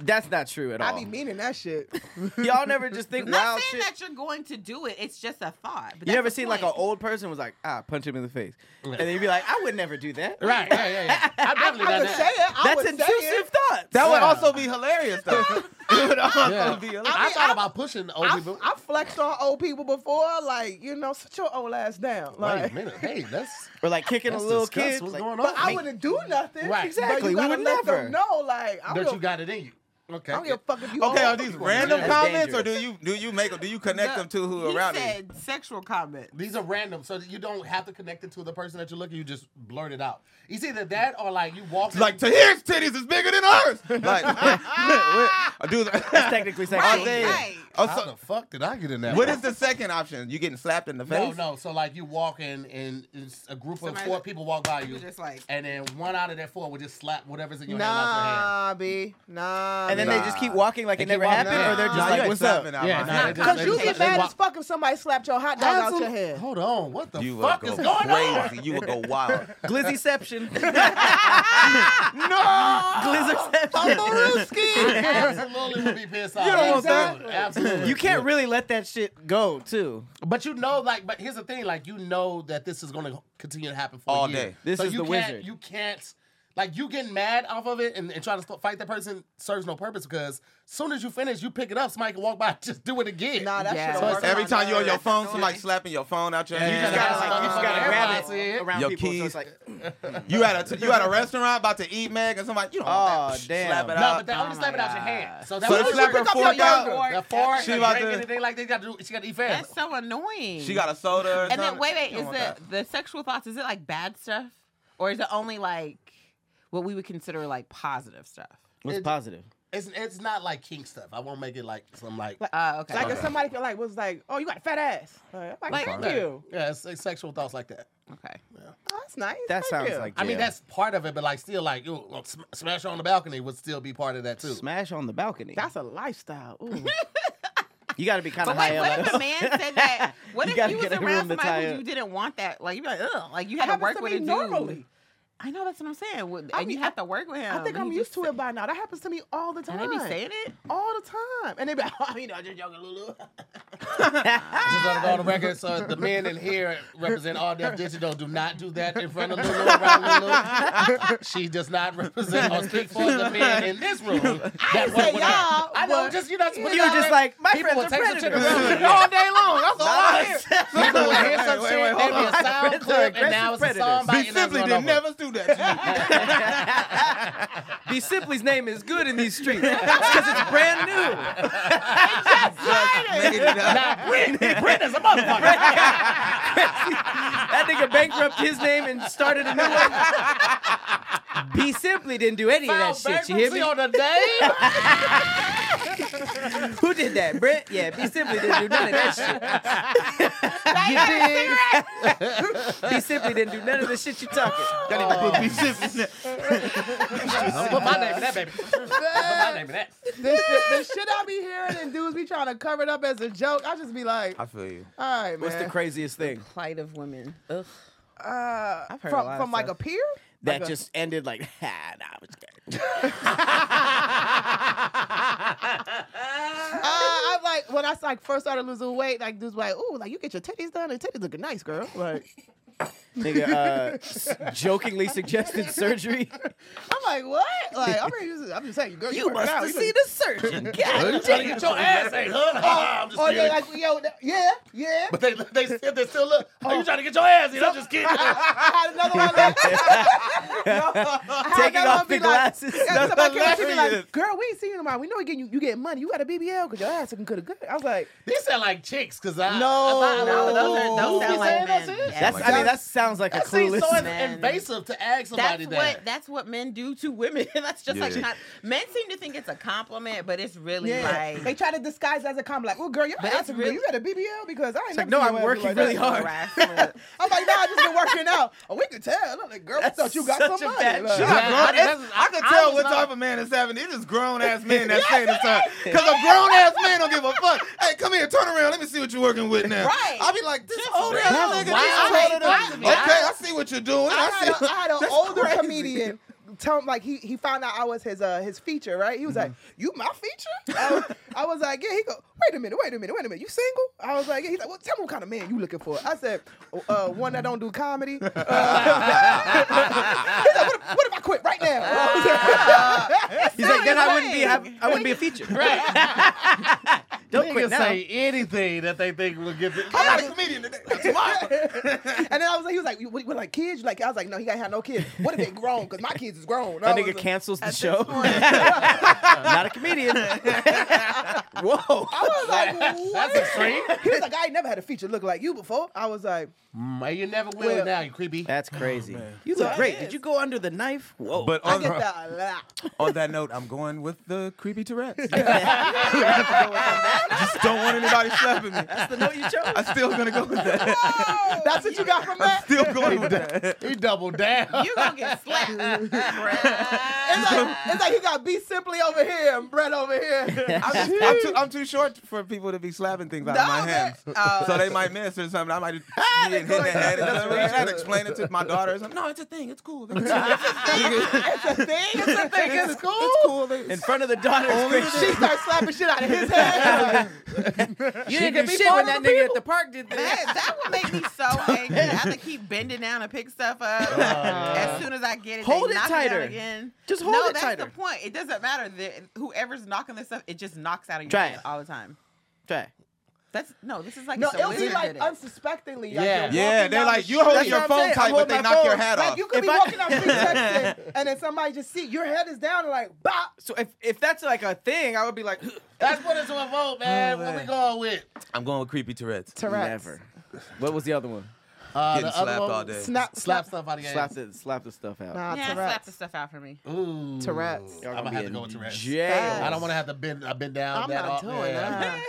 Speaker 4: That's not true at
Speaker 6: I
Speaker 4: all.
Speaker 6: be meaning that shit.
Speaker 4: [laughs] Y'all never just think
Speaker 3: I'm not
Speaker 4: wild
Speaker 3: saying
Speaker 4: shit.
Speaker 3: that you're going to do it. It's just a thought. But
Speaker 4: You never
Speaker 3: that's the
Speaker 4: seen like an
Speaker 3: point.
Speaker 4: old person was like, ah, punch him in the face, and then you'd be like, I would never do that.
Speaker 1: Right. Yeah. Yeah. yeah. I've definitely
Speaker 6: I
Speaker 1: done
Speaker 6: would say
Speaker 1: that.
Speaker 6: it. I
Speaker 4: That's
Speaker 6: would say
Speaker 4: intrusive
Speaker 6: it.
Speaker 4: thoughts.
Speaker 2: [laughs] that would
Speaker 1: Yeah.
Speaker 2: also be hilarious though. [laughs] it would also
Speaker 1: Yeah.
Speaker 2: be hilarious.
Speaker 1: I
Speaker 6: mean,
Speaker 1: thought
Speaker 6: I-
Speaker 1: about pushing old
Speaker 6: I,
Speaker 1: people.
Speaker 6: I flexed on old people before, like you know, sit your old ass down.
Speaker 1: Wait
Speaker 6: Like,
Speaker 1: a minute. Hey,
Speaker 6: [laughs]
Speaker 1: that's
Speaker 4: Or like kicking
Speaker 1: that's
Speaker 4: a little
Speaker 1: disgusting.
Speaker 4: kid.
Speaker 1: What's
Speaker 4: like,
Speaker 1: going on?
Speaker 6: but I wouldn't do nothing.
Speaker 1: Right.
Speaker 6: But
Speaker 4: Exactly.
Speaker 6: you
Speaker 4: We
Speaker 6: gotta
Speaker 4: would
Speaker 6: let
Speaker 4: never.
Speaker 6: them know, like, I
Speaker 1: that
Speaker 6: don't,
Speaker 1: you got it in you. Okay.
Speaker 6: I don't give a fuck if you.
Speaker 2: Okay,
Speaker 6: old.
Speaker 2: are these random
Speaker 4: That's
Speaker 2: comments or do
Speaker 4: dangerous.
Speaker 2: you do you make do you connect
Speaker 3: No,
Speaker 2: them to who
Speaker 3: he
Speaker 2: around you?
Speaker 3: said sexual comment.
Speaker 1: These are random, so that you don't have to connect it to the person that you're looking. You just blurt it out. It's either that or like you walk
Speaker 2: It's Like to his titties is bigger than
Speaker 4: [laughs]
Speaker 2: hers. Like, [laughs] dude,
Speaker 4: [laughs] That's technically sexual.
Speaker 2: Right,
Speaker 4: Yeah.
Speaker 3: right.
Speaker 2: Oh,
Speaker 1: How the
Speaker 2: so,
Speaker 1: fuck did I get in that?
Speaker 2: what
Speaker 1: one?
Speaker 2: is the second option? You getting slapped in the
Speaker 1: no,
Speaker 2: face?
Speaker 1: no. So like you walk in and it's a group of
Speaker 3: Somebody-
Speaker 1: four people walk by you,
Speaker 3: You're just like-
Speaker 1: and then one out of that four would just slap whatever's in your hand out
Speaker 6: Nah, B. Nah.
Speaker 4: And then they just
Speaker 2: Nah.
Speaker 4: keep walking like it
Speaker 1: They keep
Speaker 4: never
Speaker 1: walking.
Speaker 4: happened, or they're just
Speaker 2: Nah, you
Speaker 4: like,
Speaker 2: ain't
Speaker 4: "What's up?"
Speaker 2: slapping out
Speaker 1: Yeah,
Speaker 2: my
Speaker 1: nah,
Speaker 2: hand.
Speaker 1: they
Speaker 6: Cause you
Speaker 1: They
Speaker 6: get
Speaker 1: they
Speaker 6: mad
Speaker 1: walk-
Speaker 6: as fuck if somebody slapped your
Speaker 1: your
Speaker 6: hot dog
Speaker 1: hand.
Speaker 6: out your
Speaker 1: Absolute-
Speaker 6: hand.
Speaker 1: Hold on, what the
Speaker 2: You would
Speaker 1: fuck
Speaker 2: go
Speaker 1: is going on?
Speaker 2: crazy. You would go wild.
Speaker 4: [laughs] Glizzyception.
Speaker 2: no,
Speaker 4: Glizzyception.
Speaker 1: [laughs] Absolutely would be pissed off. You
Speaker 2: don't want that.
Speaker 1: Absolutely.
Speaker 4: You can't really let that shit go, too.
Speaker 1: But you know, like, but here's the thing, like, you know that this is going to continue to happen for
Speaker 2: All
Speaker 1: a year.
Speaker 2: day.
Speaker 4: This
Speaker 1: so
Speaker 4: is
Speaker 1: you
Speaker 4: the
Speaker 1: can't,
Speaker 4: wizard.
Speaker 1: You can't, like, you getting mad off of it and, and trying to st- fight that person serves no purpose because soon as you finish, you pick it up, somebody can walk by and [laughs] just do it again.
Speaker 6: Nah, that
Speaker 3: Yeah.
Speaker 6: shit.
Speaker 1: So
Speaker 6: don't
Speaker 1: it's
Speaker 2: [laughs]
Speaker 6: work
Speaker 2: Every
Speaker 6: on
Speaker 2: time you're on your
Speaker 6: nerves.
Speaker 2: phone, somebody slapping your phone out your
Speaker 1: You
Speaker 2: hand.
Speaker 1: just gotta, like, you just gotta grab it
Speaker 4: around
Speaker 2: Your
Speaker 4: people. So
Speaker 2: keys.
Speaker 4: it's like,
Speaker 2: You at a you at a restaurant about to eat, Meg, and somebody you don't. want
Speaker 4: Oh,
Speaker 2: that. Psh,
Speaker 4: damn.
Speaker 2: Slap it
Speaker 1: No,
Speaker 2: out.
Speaker 1: but they only
Speaker 3: Oh
Speaker 1: slap it
Speaker 3: my
Speaker 1: out your
Speaker 3: God.
Speaker 1: hand. So
Speaker 2: So
Speaker 1: that's
Speaker 2: they
Speaker 1: what
Speaker 2: slap her fork out.
Speaker 1: The fork,
Speaker 2: She
Speaker 1: she
Speaker 2: about to-
Speaker 1: anything like they got to do. She got to eat fast.
Speaker 3: That's so annoying.
Speaker 2: she got a soda. Or
Speaker 3: And then
Speaker 2: something.
Speaker 3: wait, wait.
Speaker 2: You don't
Speaker 3: Is
Speaker 2: want
Speaker 3: [laughs]
Speaker 2: that.
Speaker 3: it the sexual thoughts? Is it like bad stuff, or is it only like what we would consider like positive stuff?
Speaker 4: What's positive?
Speaker 1: It's it's not like kink stuff. I won't make it like some like.
Speaker 3: Uh, okay.
Speaker 6: Like if somebody feel like was like, oh, you got a fat ass. Like, I'm like,
Speaker 3: Like-
Speaker 6: thank you.
Speaker 1: Yeah, it's, it's sexual thoughts like that.
Speaker 3: okay.
Speaker 6: Oh, that's nice.
Speaker 4: That
Speaker 6: Thank
Speaker 4: sounds
Speaker 6: you.
Speaker 4: like
Speaker 1: I mean,
Speaker 4: jail.
Speaker 1: that's part of it, but like, still, like, you well, sm- smash her on the balcony would still be part of that too.
Speaker 4: Smash on the balcony.
Speaker 6: that's a lifestyle. [laughs] Ooh.
Speaker 4: You got to be kind of
Speaker 3: But
Speaker 4: high
Speaker 3: wait, what if a
Speaker 4: up.
Speaker 3: man
Speaker 6: [laughs]
Speaker 3: said that? What
Speaker 4: You
Speaker 3: if
Speaker 4: gotta
Speaker 3: you was
Speaker 4: get a
Speaker 3: around
Speaker 4: room to
Speaker 3: somebody
Speaker 4: tie
Speaker 3: who
Speaker 4: up.
Speaker 3: you didn't want that? Like you'd be like, ugh. Like you had to
Speaker 6: happens
Speaker 3: work
Speaker 6: to
Speaker 3: with
Speaker 6: me
Speaker 3: a dude.
Speaker 6: normally.
Speaker 3: I know that's what I'm saying. With-
Speaker 6: I
Speaker 3: and you
Speaker 6: mean,
Speaker 3: have to work with him.
Speaker 6: I think
Speaker 3: and
Speaker 6: I'm
Speaker 3: he
Speaker 6: used
Speaker 3: just-
Speaker 6: to it by now. That happens to me all the time.
Speaker 3: And they be saying it.
Speaker 6: [laughs] all the time, and they be, I mean, I just joking, Lulu.
Speaker 1: Just want to go on the record. So the men in here represent all deaf digital. Do not do that in front of Lulu around Lulu. She does not represent or speak for the men in this room. That
Speaker 3: say
Speaker 1: one would not-
Speaker 3: y'all,
Speaker 1: I know, just you know, just put it
Speaker 4: [laughs] You were
Speaker 1: out
Speaker 4: just
Speaker 1: there.
Speaker 4: like, my
Speaker 1: people will
Speaker 4: friends
Speaker 1: take
Speaker 4: are
Speaker 1: some shit
Speaker 4: predators.
Speaker 1: around you all day long. That's all
Speaker 2: [laughs]
Speaker 1: I hear.
Speaker 4: That's
Speaker 1: People will hear some
Speaker 2: Wait, wait,
Speaker 1: shit.
Speaker 2: wait,
Speaker 1: It'll
Speaker 2: hold
Speaker 1: be a
Speaker 2: on.
Speaker 1: sound clip, and now it's a song by
Speaker 2: Be simply
Speaker 1: Inez
Speaker 2: did
Speaker 1: Lonova.
Speaker 2: never do that
Speaker 3: [laughs]
Speaker 2: to you.
Speaker 4: B. Simply's name is good in these streets because it's brand new.
Speaker 2: Making it up.
Speaker 1: Nah, Brent, Brent is a motherfucker.
Speaker 2: [laughs]
Speaker 4: That nigga bankrupted his name and started a new one. B. Simply didn't do any of that shit. You hear
Speaker 1: Bankruptcy
Speaker 4: me?
Speaker 1: on the [laughs] name.
Speaker 4: Who did that, Brent? Yeah, B. Simply didn't do none of that shit.
Speaker 1: [laughs]
Speaker 4: you dig? [laughs] B. Simply didn't do none of the shit you talking.
Speaker 2: That nigga put
Speaker 1: [laughs]
Speaker 2: be simply.
Speaker 1: Don't put my name in that, baby. Don't put my name in [laughs] that.
Speaker 6: This, shit- [laughs] this shit I be hearing and dudes be trying to cover it up as a joke. I just be like,
Speaker 2: I feel you.
Speaker 6: all right, man.
Speaker 4: What's the craziest thing
Speaker 3: Plight of women. Ugh.
Speaker 6: uh,
Speaker 4: I've heard a
Speaker 6: from
Speaker 4: lot of
Speaker 6: from like a
Speaker 4: stuff.
Speaker 6: peer?
Speaker 4: that just ended like, [laughs] ah, nah, I was good.
Speaker 6: Uh, I like when I like first started losing weight, like dudes like, ooh, like you get your titties done and titties looking nice, girl. Like
Speaker 4: Nigga uh, s- jokingly
Speaker 1: [laughs]
Speaker 4: suggested surgery.
Speaker 6: I'm like, what? Like I'm really using, I'm just saying, girl, you,
Speaker 4: You
Speaker 6: working
Speaker 4: must
Speaker 6: out.
Speaker 4: have
Speaker 6: You
Speaker 4: seen
Speaker 6: look-
Speaker 4: the surgeon.
Speaker 1: Well, you trying to get your ass ate, huh? Ah, I'm just
Speaker 6: [laughs] Oh,
Speaker 1: kidding.
Speaker 6: they like, yo, th- yeah,
Speaker 4: [laughs]
Speaker 6: yeah.
Speaker 1: but they, they, still- they still look. Are you trying to get your ass ate? I'm just [laughs] kidding.
Speaker 6: I had another one. Like,
Speaker 4: Taking
Speaker 6: another
Speaker 4: off
Speaker 6: one be
Speaker 4: the
Speaker 6: like,
Speaker 4: glasses.
Speaker 6: yeah, somebody came up to me
Speaker 2: hilarious.
Speaker 6: like, girl, we ain't seen you in a while. We know you getting you, you getting money. You got a BBL because your ass looking good. good. I was like,
Speaker 1: These sound like chicks, cause I
Speaker 6: No.
Speaker 1: I,
Speaker 3: No, those are
Speaker 1: Who
Speaker 3: those
Speaker 1: be
Speaker 3: sound
Speaker 1: saying
Speaker 3: like men.
Speaker 1: that shit?
Speaker 3: Yes.
Speaker 4: That's, I mean, that sounds like a
Speaker 1: That seems
Speaker 4: clueless.
Speaker 1: so in-
Speaker 3: man.
Speaker 1: invasive to ask
Speaker 3: That's
Speaker 1: somebody
Speaker 3: what
Speaker 1: that.
Speaker 3: that's what men do to women. [laughs] that's just like
Speaker 2: Yeah.
Speaker 3: not men seem to think it's a compliment, but it's really
Speaker 6: yeah. they
Speaker 3: like
Speaker 6: try to disguise it as a compliment. Like, oh, girl, your
Speaker 3: But
Speaker 6: ass
Speaker 3: it's
Speaker 6: looking good.
Speaker 3: really-
Speaker 6: You got a BBL because I ain't
Speaker 4: like,
Speaker 6: never
Speaker 4: no,
Speaker 6: seen
Speaker 4: I'm
Speaker 6: your ass
Speaker 4: working
Speaker 6: look like
Speaker 4: really
Speaker 6: that.
Speaker 4: hard.
Speaker 3: harassment.
Speaker 6: I'm like, nah, I just been working out. Oh, we could tell. I'm like, girl, I thought you got
Speaker 4: such
Speaker 6: some
Speaker 4: a
Speaker 6: money.
Speaker 4: bad
Speaker 6: Like,
Speaker 4: joke.
Speaker 1: Yeah,
Speaker 2: I,
Speaker 1: I- that's-
Speaker 2: I could
Speaker 1: I- I
Speaker 2: tell
Speaker 1: was
Speaker 2: what
Speaker 1: not-
Speaker 2: type of man is having. It's just grown ass men that's saying this stuff. Because a grown ass man don't give a fuck. Hey, come here, turn around. Let me see what you're working with now.
Speaker 3: Right.
Speaker 2: I'll be like, this old ass
Speaker 1: That's
Speaker 2: nigga. This
Speaker 1: wild.
Speaker 2: is older
Speaker 1: That's
Speaker 2: than-
Speaker 1: wild.
Speaker 2: Okay, I see what you're doing.
Speaker 6: I
Speaker 2: I
Speaker 6: had, a,
Speaker 2: see.
Speaker 6: I had an
Speaker 2: That's
Speaker 6: older
Speaker 2: crazy.
Speaker 6: comedian tell him like he he found out I was his uh his feature right. He was like,
Speaker 4: Mm-hmm.
Speaker 6: "You my feature?" I was, I was like, "Yeah." He go, "Wait a minute, wait a minute, wait a minute. You single?" I was like, "Yeah." He's like, "Well, tell me what kind of man you looking for." I said, uh, "One that don't do comedy." Uh, [laughs] he's like, what, if, "What if I quit right now?" [laughs]
Speaker 4: He's like, then I wouldn't be,
Speaker 3: right.
Speaker 4: have, I wouldn't be a feature.
Speaker 1: Right. [laughs]
Speaker 4: Don't
Speaker 1: Niggas
Speaker 4: quit now.
Speaker 1: say anything that they think will get. The,
Speaker 2: I'm not a comedian today.
Speaker 6: and then I was like, he was like, "You- "What, what, like kids?" Like I was like, "No, he ain't have no kids. What if they grown? Because my kids is grown." I
Speaker 4: That
Speaker 6: was
Speaker 4: nigga
Speaker 6: like-
Speaker 4: cancels the show. [laughs] Not a comedian. Whoa.
Speaker 6: I
Speaker 4: [laughs]
Speaker 6: was like,
Speaker 1: [laughs] that's extreme.
Speaker 6: He was like, I ain't never had a feature look like you before. I was like,
Speaker 1: Man, you never will
Speaker 6: Well-
Speaker 1: now. You creepy.
Speaker 4: That's
Speaker 1: Oh,
Speaker 4: crazy. you look
Speaker 6: it
Speaker 4: great.
Speaker 6: is.
Speaker 4: Did you go under the knife? Whoa. [laughs]
Speaker 1: [laughs]
Speaker 2: But
Speaker 6: I get that a lot.
Speaker 2: on that note, I'm going with the creepy Tourette's. Just don't want anybody slapping me.
Speaker 4: that's the note you chose.
Speaker 2: I'm still gonna go with that.
Speaker 6: That's what you got from that?
Speaker 2: Still going with that.
Speaker 1: He doubled [laughs] down.
Speaker 3: you gonna get slapped.
Speaker 6: It's like, it's like he got B Simply over here and Brett over here.
Speaker 2: I'm, just- I'm too, I'm too short for people to be slapping things out of my
Speaker 6: No,
Speaker 2: hands.
Speaker 6: man. Oh.
Speaker 2: so they might miss or something. I might just ah, hit that head. It doesn't really I had to explain it to my daughter. or something. No, it's a thing. It's cool. It's a thing.
Speaker 6: It's a thing, it's cool.
Speaker 2: cool.
Speaker 4: In front of the daughter. [laughs]
Speaker 6: She starts slapping shit out of his head.
Speaker 4: You didn't do
Speaker 6: be
Speaker 4: shit when
Speaker 6: part
Speaker 4: that nigga
Speaker 6: of the
Speaker 4: at the park did
Speaker 3: That,
Speaker 4: [laughs] that.
Speaker 3: that would make me so angry. I have to keep bending down and pick stuff up. as soon as I get it,
Speaker 4: Hold
Speaker 3: they
Speaker 4: it
Speaker 3: knock down
Speaker 4: tighter.
Speaker 3: again.
Speaker 4: Just hold
Speaker 3: no,
Speaker 4: it
Speaker 3: that's
Speaker 4: tighter.
Speaker 3: the point. It doesn't matter. The- whoever's knocking this stuff, it just knocks out of your
Speaker 4: Try
Speaker 3: hand
Speaker 4: it.
Speaker 3: all the time.
Speaker 4: Try.
Speaker 3: That's no. This is like
Speaker 6: No,
Speaker 3: it's a
Speaker 6: it'll be
Speaker 3: wizard
Speaker 6: like
Speaker 3: did it.
Speaker 6: unsuspectingly. Like
Speaker 1: Yeah.
Speaker 6: you're walking
Speaker 2: Yeah, they're
Speaker 6: down
Speaker 2: like,
Speaker 6: the
Speaker 2: you holding
Speaker 6: street.
Speaker 2: your
Speaker 6: That's what
Speaker 2: phone
Speaker 6: I'm saying.
Speaker 2: tight,
Speaker 6: I'm
Speaker 2: but they
Speaker 6: holding my
Speaker 2: knock your
Speaker 6: phone.
Speaker 2: hat
Speaker 6: Like,
Speaker 2: off.
Speaker 6: you could
Speaker 4: If
Speaker 6: be
Speaker 4: I-
Speaker 6: walking down the street texting, and then somebody just see your head is down, like, bop.
Speaker 4: So if, if that's like a thing, I would be like, [gasps]
Speaker 1: That's what it's gonna vote, Oh, man. What we going with?
Speaker 2: I'm going with creepy Tourette's.
Speaker 4: never. What was the other one?
Speaker 1: Uh,
Speaker 2: Getting slapped all day.
Speaker 1: Snap, slap stuff out of your
Speaker 4: Slap
Speaker 1: ass.
Speaker 4: the slap the stuff out.
Speaker 6: Nah,
Speaker 3: yeah, slap the
Speaker 6: Tourette's.
Speaker 3: stuff out for me.
Speaker 1: Ooh,
Speaker 6: Tourette's.
Speaker 1: I'm
Speaker 4: Y'all
Speaker 1: gonna
Speaker 4: be
Speaker 1: have to
Speaker 4: in
Speaker 1: go with Tourette's.
Speaker 4: Jail.
Speaker 1: I don't want to have to bend. I bend down.
Speaker 6: I'm
Speaker 1: that
Speaker 6: not
Speaker 1: all-
Speaker 6: doing
Speaker 1: yeah.
Speaker 6: that.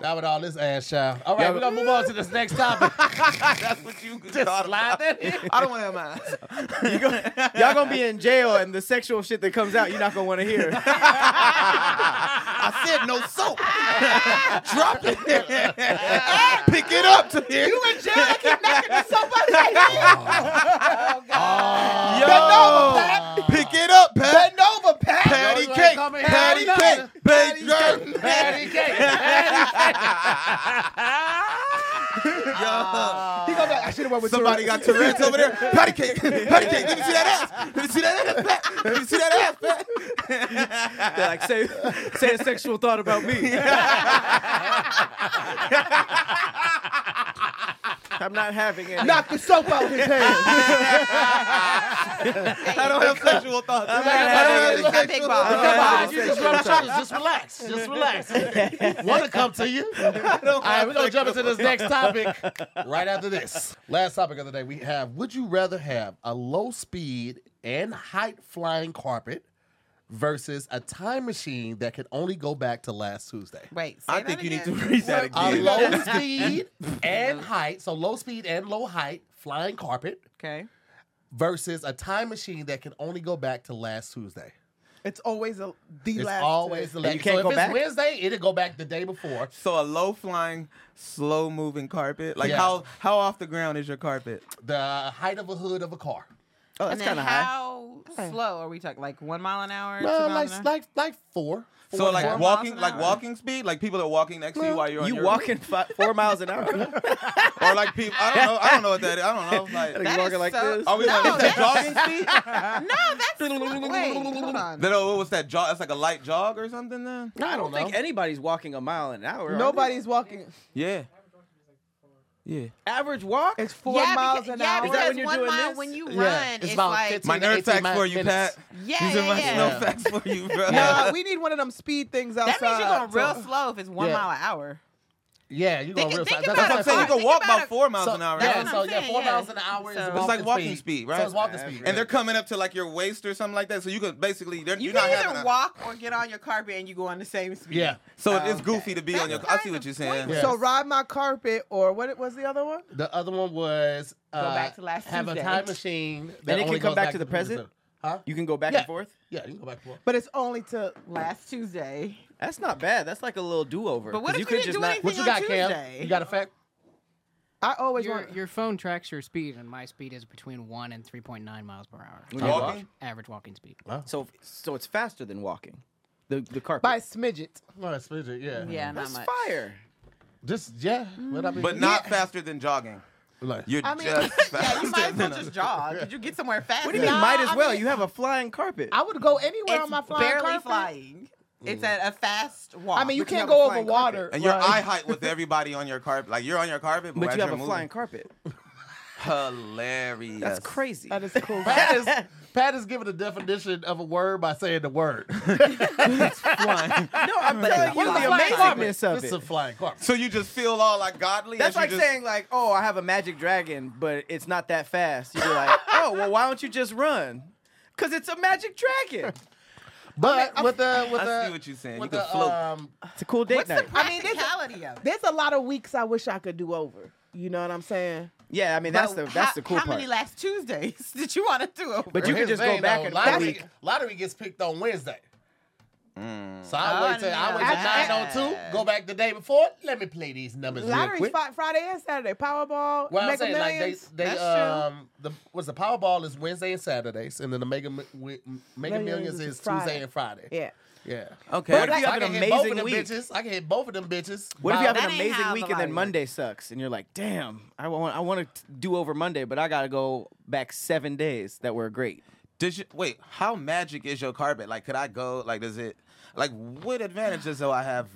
Speaker 1: Not with all this ass child. All right,
Speaker 4: Y'all-
Speaker 1: we're gonna move on to this next
Speaker 2: [laughs]
Speaker 1: topic.
Speaker 2: That's what you
Speaker 1: Just slide that in.
Speaker 2: I don't want to have my eyes.
Speaker 4: You go- y'all gonna be in jail, and the sexual shit that comes out, you're not gonna want to hear. [laughs]
Speaker 2: I said no [laughs] soap. Drop [laughs] it. Pick it up to here. You in jail? I keep knocking the soap out Oh. Yo. Pick it up, Pat. Nova, Pat. Patty
Speaker 1: Don't
Speaker 2: cake.
Speaker 1: come in.
Speaker 2: Patty
Speaker 1: Hell no.
Speaker 2: cake. Patty cake.
Speaker 1: Patty cake. Patty
Speaker 6: He gonna be like, I should have went with
Speaker 2: Somebody got
Speaker 6: Tourette's.
Speaker 2: Tourette's over [laughs] there. Patty cake, patty cake. Let me see that ass. Let me see that ass. Pat. Let me see that ass. Pat.
Speaker 4: They're like, [laughs] say, say a sexual thought about me. [laughs] I'm not having it.
Speaker 6: Knock the soap out his hands.
Speaker 2: I don't have sexual thoughts. I
Speaker 3: Big
Speaker 2: don't have sexual
Speaker 3: balls, big
Speaker 2: thoughts.
Speaker 3: balls.
Speaker 1: you just rub shoulders. Just relax. Just
Speaker 2: [laughs]
Speaker 1: relax. Want to come to you? All
Speaker 2: don't
Speaker 1: right, we're gonna
Speaker 2: like
Speaker 1: jump into this next topic [laughs] right after this. Last topic of the day we have: Would you rather have a low-speed and height-flying carpet versus a time machine that can only go back to last Tuesday?
Speaker 3: Wait, say
Speaker 2: I
Speaker 3: that
Speaker 2: think you need to
Speaker 3: again.
Speaker 2: read that
Speaker 1: A
Speaker 2: again.
Speaker 1: low
Speaker 4: [laughs]
Speaker 1: speed and height, so low speed and low height flying carpet
Speaker 3: Okay.
Speaker 1: versus a time machine that can only go back to last Tuesday.
Speaker 6: It's always
Speaker 4: oh,
Speaker 6: a, the
Speaker 1: It's
Speaker 6: last.
Speaker 1: always the last.
Speaker 4: you can't
Speaker 1: so
Speaker 4: go
Speaker 1: if
Speaker 4: back?
Speaker 1: it's Wednesday, it'll go back the day before.
Speaker 2: So a low flying, slow moving carpet. Like
Speaker 1: Yeah.
Speaker 2: how how off the ground is your carpet?
Speaker 1: The height of a hood of a car.
Speaker 4: Oh,
Speaker 3: and
Speaker 4: that's
Speaker 3: then
Speaker 4: kind of high.
Speaker 3: how slow are we talking? Like one mile an hour? two
Speaker 1: Uh, like,
Speaker 3: miles an hour?
Speaker 1: like, like four.
Speaker 2: So like
Speaker 3: miles
Speaker 2: walking,
Speaker 3: an
Speaker 2: like
Speaker 3: hour.
Speaker 2: walking speed. Like people are walking next to you while you're on
Speaker 4: You
Speaker 2: your
Speaker 4: walking fi- four miles an [laughs] hour.
Speaker 2: or like people. I don't know. I don't know what that is. I don't know. Like [laughs]
Speaker 4: you
Speaker 3: That
Speaker 4: walking
Speaker 3: is
Speaker 4: like
Speaker 3: so-
Speaker 4: this?
Speaker 2: are we
Speaker 3: No,
Speaker 2: like is that
Speaker 3: that's-
Speaker 4: [laughs]
Speaker 2: jogging speed?
Speaker 3: No, that's
Speaker 6: [laughs]
Speaker 3: wait. Hold on.
Speaker 2: Then oh, what was that jog? That's like a light jog or something. Then
Speaker 1: I don't
Speaker 4: I don't
Speaker 1: know.
Speaker 4: think anybody's walking a mile an hour. are they?
Speaker 6: Nobody's walking.
Speaker 2: yeah, yeah.
Speaker 4: average walk.
Speaker 6: It's four
Speaker 3: yeah,
Speaker 6: miles
Speaker 3: because,
Speaker 6: an
Speaker 3: yeah,
Speaker 4: that
Speaker 6: hour.
Speaker 3: because
Speaker 4: when you're
Speaker 3: one
Speaker 4: doing
Speaker 3: mile
Speaker 4: this?
Speaker 3: when you run,
Speaker 1: Yeah, it's
Speaker 3: it's,
Speaker 1: about
Speaker 3: like
Speaker 1: 15
Speaker 2: My nerd
Speaker 1: 18
Speaker 2: facts for you,
Speaker 1: minutes.
Speaker 2: Pat.
Speaker 3: yeah,
Speaker 2: These are
Speaker 3: yeah,
Speaker 2: my
Speaker 3: yeah.
Speaker 2: snow facts for you, bro.
Speaker 6: Nah, we need one of them speed things outside.
Speaker 3: That means you're going real
Speaker 6: so-
Speaker 3: slow if it's one
Speaker 1: Yeah.
Speaker 3: mile an hour.
Speaker 1: Yeah, you go
Speaker 3: Think-
Speaker 1: real
Speaker 3: think
Speaker 1: fast. That's
Speaker 3: about
Speaker 2: That's what
Speaker 1: what
Speaker 2: I'm saying. You
Speaker 3: Think
Speaker 2: can walk
Speaker 3: about
Speaker 2: about
Speaker 3: it.
Speaker 2: four miles
Speaker 1: So-
Speaker 2: an hour.
Speaker 1: Yeah,
Speaker 2: right?
Speaker 3: That's
Speaker 1: so
Speaker 3: what I'm
Speaker 1: yeah,
Speaker 3: saying,
Speaker 1: four
Speaker 3: yeah.
Speaker 1: miles an hour is
Speaker 3: So- It's
Speaker 2: It's like walking speed, right?
Speaker 1: So it's walking speed.
Speaker 2: and they're coming up to like your waist or something like that. So you can basically they're,
Speaker 3: You
Speaker 2: are not
Speaker 3: can
Speaker 2: having
Speaker 3: either
Speaker 2: a-
Speaker 3: walk or get on your carpet and you go on the same speed.
Speaker 1: Yeah,
Speaker 2: So it's goofy to be on your.
Speaker 3: That's
Speaker 2: I see
Speaker 3: kind
Speaker 2: what
Speaker 3: of
Speaker 2: you're saying.
Speaker 1: pointless.
Speaker 6: So ride my carpet, or what was the other one?
Speaker 1: the other one was uh,
Speaker 3: back to last
Speaker 1: have
Speaker 3: Tuesday.
Speaker 1: a time machine that
Speaker 4: And it
Speaker 1: only
Speaker 4: can come
Speaker 1: goes
Speaker 4: back to the present?
Speaker 1: Huh?
Speaker 4: You can go back
Speaker 1: Yeah.
Speaker 4: and forth.
Speaker 1: Yeah, you can go back to
Speaker 6: But it's only to
Speaker 3: Last Tuesday.
Speaker 4: That's not bad. That's like a little do over.
Speaker 3: But what if you
Speaker 4: could
Speaker 3: didn't
Speaker 4: just
Speaker 3: do
Speaker 4: not-
Speaker 3: anything?
Speaker 1: What you
Speaker 3: on
Speaker 1: got,
Speaker 3: Tuesday.
Speaker 1: Cam? You got a fact?
Speaker 6: I always
Speaker 8: Your,
Speaker 6: want.
Speaker 8: your phone tracks your speed, and my speed is between 1 and 3.9 miles per hour.
Speaker 4: When you walk?
Speaker 2: Walking?
Speaker 8: Average walking speed.
Speaker 4: So so it's faster than walking. The the carpet.
Speaker 6: by smidget.
Speaker 1: No, that's midget, yeah.
Speaker 3: Yeah, not
Speaker 4: That's
Speaker 3: much.
Speaker 4: fire.
Speaker 1: Just, yeah. But, I mean,
Speaker 2: But not faster than jogging.
Speaker 1: Like,
Speaker 2: You're [laughs]
Speaker 6: I mean-
Speaker 2: just
Speaker 3: Yeah,
Speaker 2: faster
Speaker 3: you might as well
Speaker 2: than
Speaker 3: just jog. Did you get somewhere fast?
Speaker 4: What do you mean? Might as well. you have a flying carpet.
Speaker 6: I would go anywhere
Speaker 3: It's
Speaker 6: on my flying
Speaker 3: barely
Speaker 6: carpet.
Speaker 3: flying.
Speaker 4: Mm.
Speaker 3: It's at a fast walk.
Speaker 6: I mean, you
Speaker 4: But you have
Speaker 6: can't
Speaker 4: a
Speaker 6: go over
Speaker 4: flying
Speaker 6: water.
Speaker 2: And your
Speaker 6: right?
Speaker 2: eye height with everybody on your carpet. Like you're on your carpet, but,
Speaker 4: but
Speaker 2: as
Speaker 4: you have a
Speaker 2: you're
Speaker 4: flying
Speaker 2: moving,
Speaker 4: carpet.
Speaker 2: Hilarious.
Speaker 4: That's crazy.
Speaker 6: That
Speaker 4: [laughs]
Speaker 6: is cool.
Speaker 1: Pat is, Pat is giving a definition of a word by saying the word.
Speaker 2: flying.
Speaker 4: no, I'm telling you
Speaker 1: What is
Speaker 4: the
Speaker 1: a flying carpet?
Speaker 4: amazingness of
Speaker 1: This
Speaker 4: it.
Speaker 1: is a flying carpet.
Speaker 2: so you just feel all like godly.
Speaker 4: That's
Speaker 2: as you
Speaker 4: like
Speaker 2: just-
Speaker 4: saying like, oh, I have a magic dragon, but it's not that fast. You're like, [laughs] oh, well, why don't you just run? Cause it's a magic dragon.
Speaker 1: But with the with
Speaker 2: I
Speaker 1: the
Speaker 2: see what you're saying. You
Speaker 1: with
Speaker 2: can
Speaker 1: the,
Speaker 2: float.
Speaker 1: um,
Speaker 4: It's a cool date night.
Speaker 6: I mean, there's a,
Speaker 3: practicality of it.
Speaker 6: there's a lot of weeks I wish I could do over. You know what I'm saying?
Speaker 4: yeah, I mean that's the
Speaker 3: But
Speaker 4: that's
Speaker 3: how,
Speaker 4: the cool
Speaker 3: How
Speaker 4: part.
Speaker 3: many last Tuesdays [laughs] did you want to do over?
Speaker 4: But you can
Speaker 1: here's
Speaker 4: just
Speaker 1: the
Speaker 4: go
Speaker 1: thing,
Speaker 4: back
Speaker 1: though,
Speaker 4: and
Speaker 1: lottery,
Speaker 4: forth.
Speaker 1: lottery gets picked on Wednesday.
Speaker 2: Mm.
Speaker 1: So I
Speaker 3: Oh,
Speaker 1: wait till I
Speaker 3: no.
Speaker 1: wait
Speaker 3: Actually-
Speaker 1: till nine oh two. Go back the day before. Let me play these numbers real
Speaker 6: Lottery's
Speaker 1: quick.
Speaker 6: Fri- Friday and Saturday. Powerball,
Speaker 1: Well, I'm
Speaker 6: Mega
Speaker 1: saying like they
Speaker 6: Millions.
Speaker 1: they
Speaker 3: That's true.
Speaker 1: um the what's the Powerball is Wednesday and Saturdays, and then the Mega Mi- wi- Mega
Speaker 6: Millions
Speaker 1: Millions
Speaker 6: is
Speaker 1: is
Speaker 6: Friday.
Speaker 1: Tuesday and Friday.
Speaker 6: yeah.
Speaker 1: Yeah.
Speaker 2: Okay.
Speaker 4: What if
Speaker 1: So
Speaker 4: you
Speaker 1: I
Speaker 4: have
Speaker 1: can
Speaker 4: an
Speaker 1: hit both of
Speaker 4: amazing
Speaker 1: them
Speaker 4: week?
Speaker 1: bitches. I can hit both of them bitches.
Speaker 4: What if [laughs] you have
Speaker 3: That
Speaker 4: an
Speaker 3: ain't
Speaker 4: amazing
Speaker 3: how
Speaker 4: week
Speaker 3: the
Speaker 4: and then
Speaker 3: lottery
Speaker 4: Monday sucks and you're like, damn, I want I want to do over Monday, but I gotta go back seven days that were [laughs] great.
Speaker 2: Did you wait? How magic is your carpet? Like, could I go? Like, does it? Like, what advantages do I have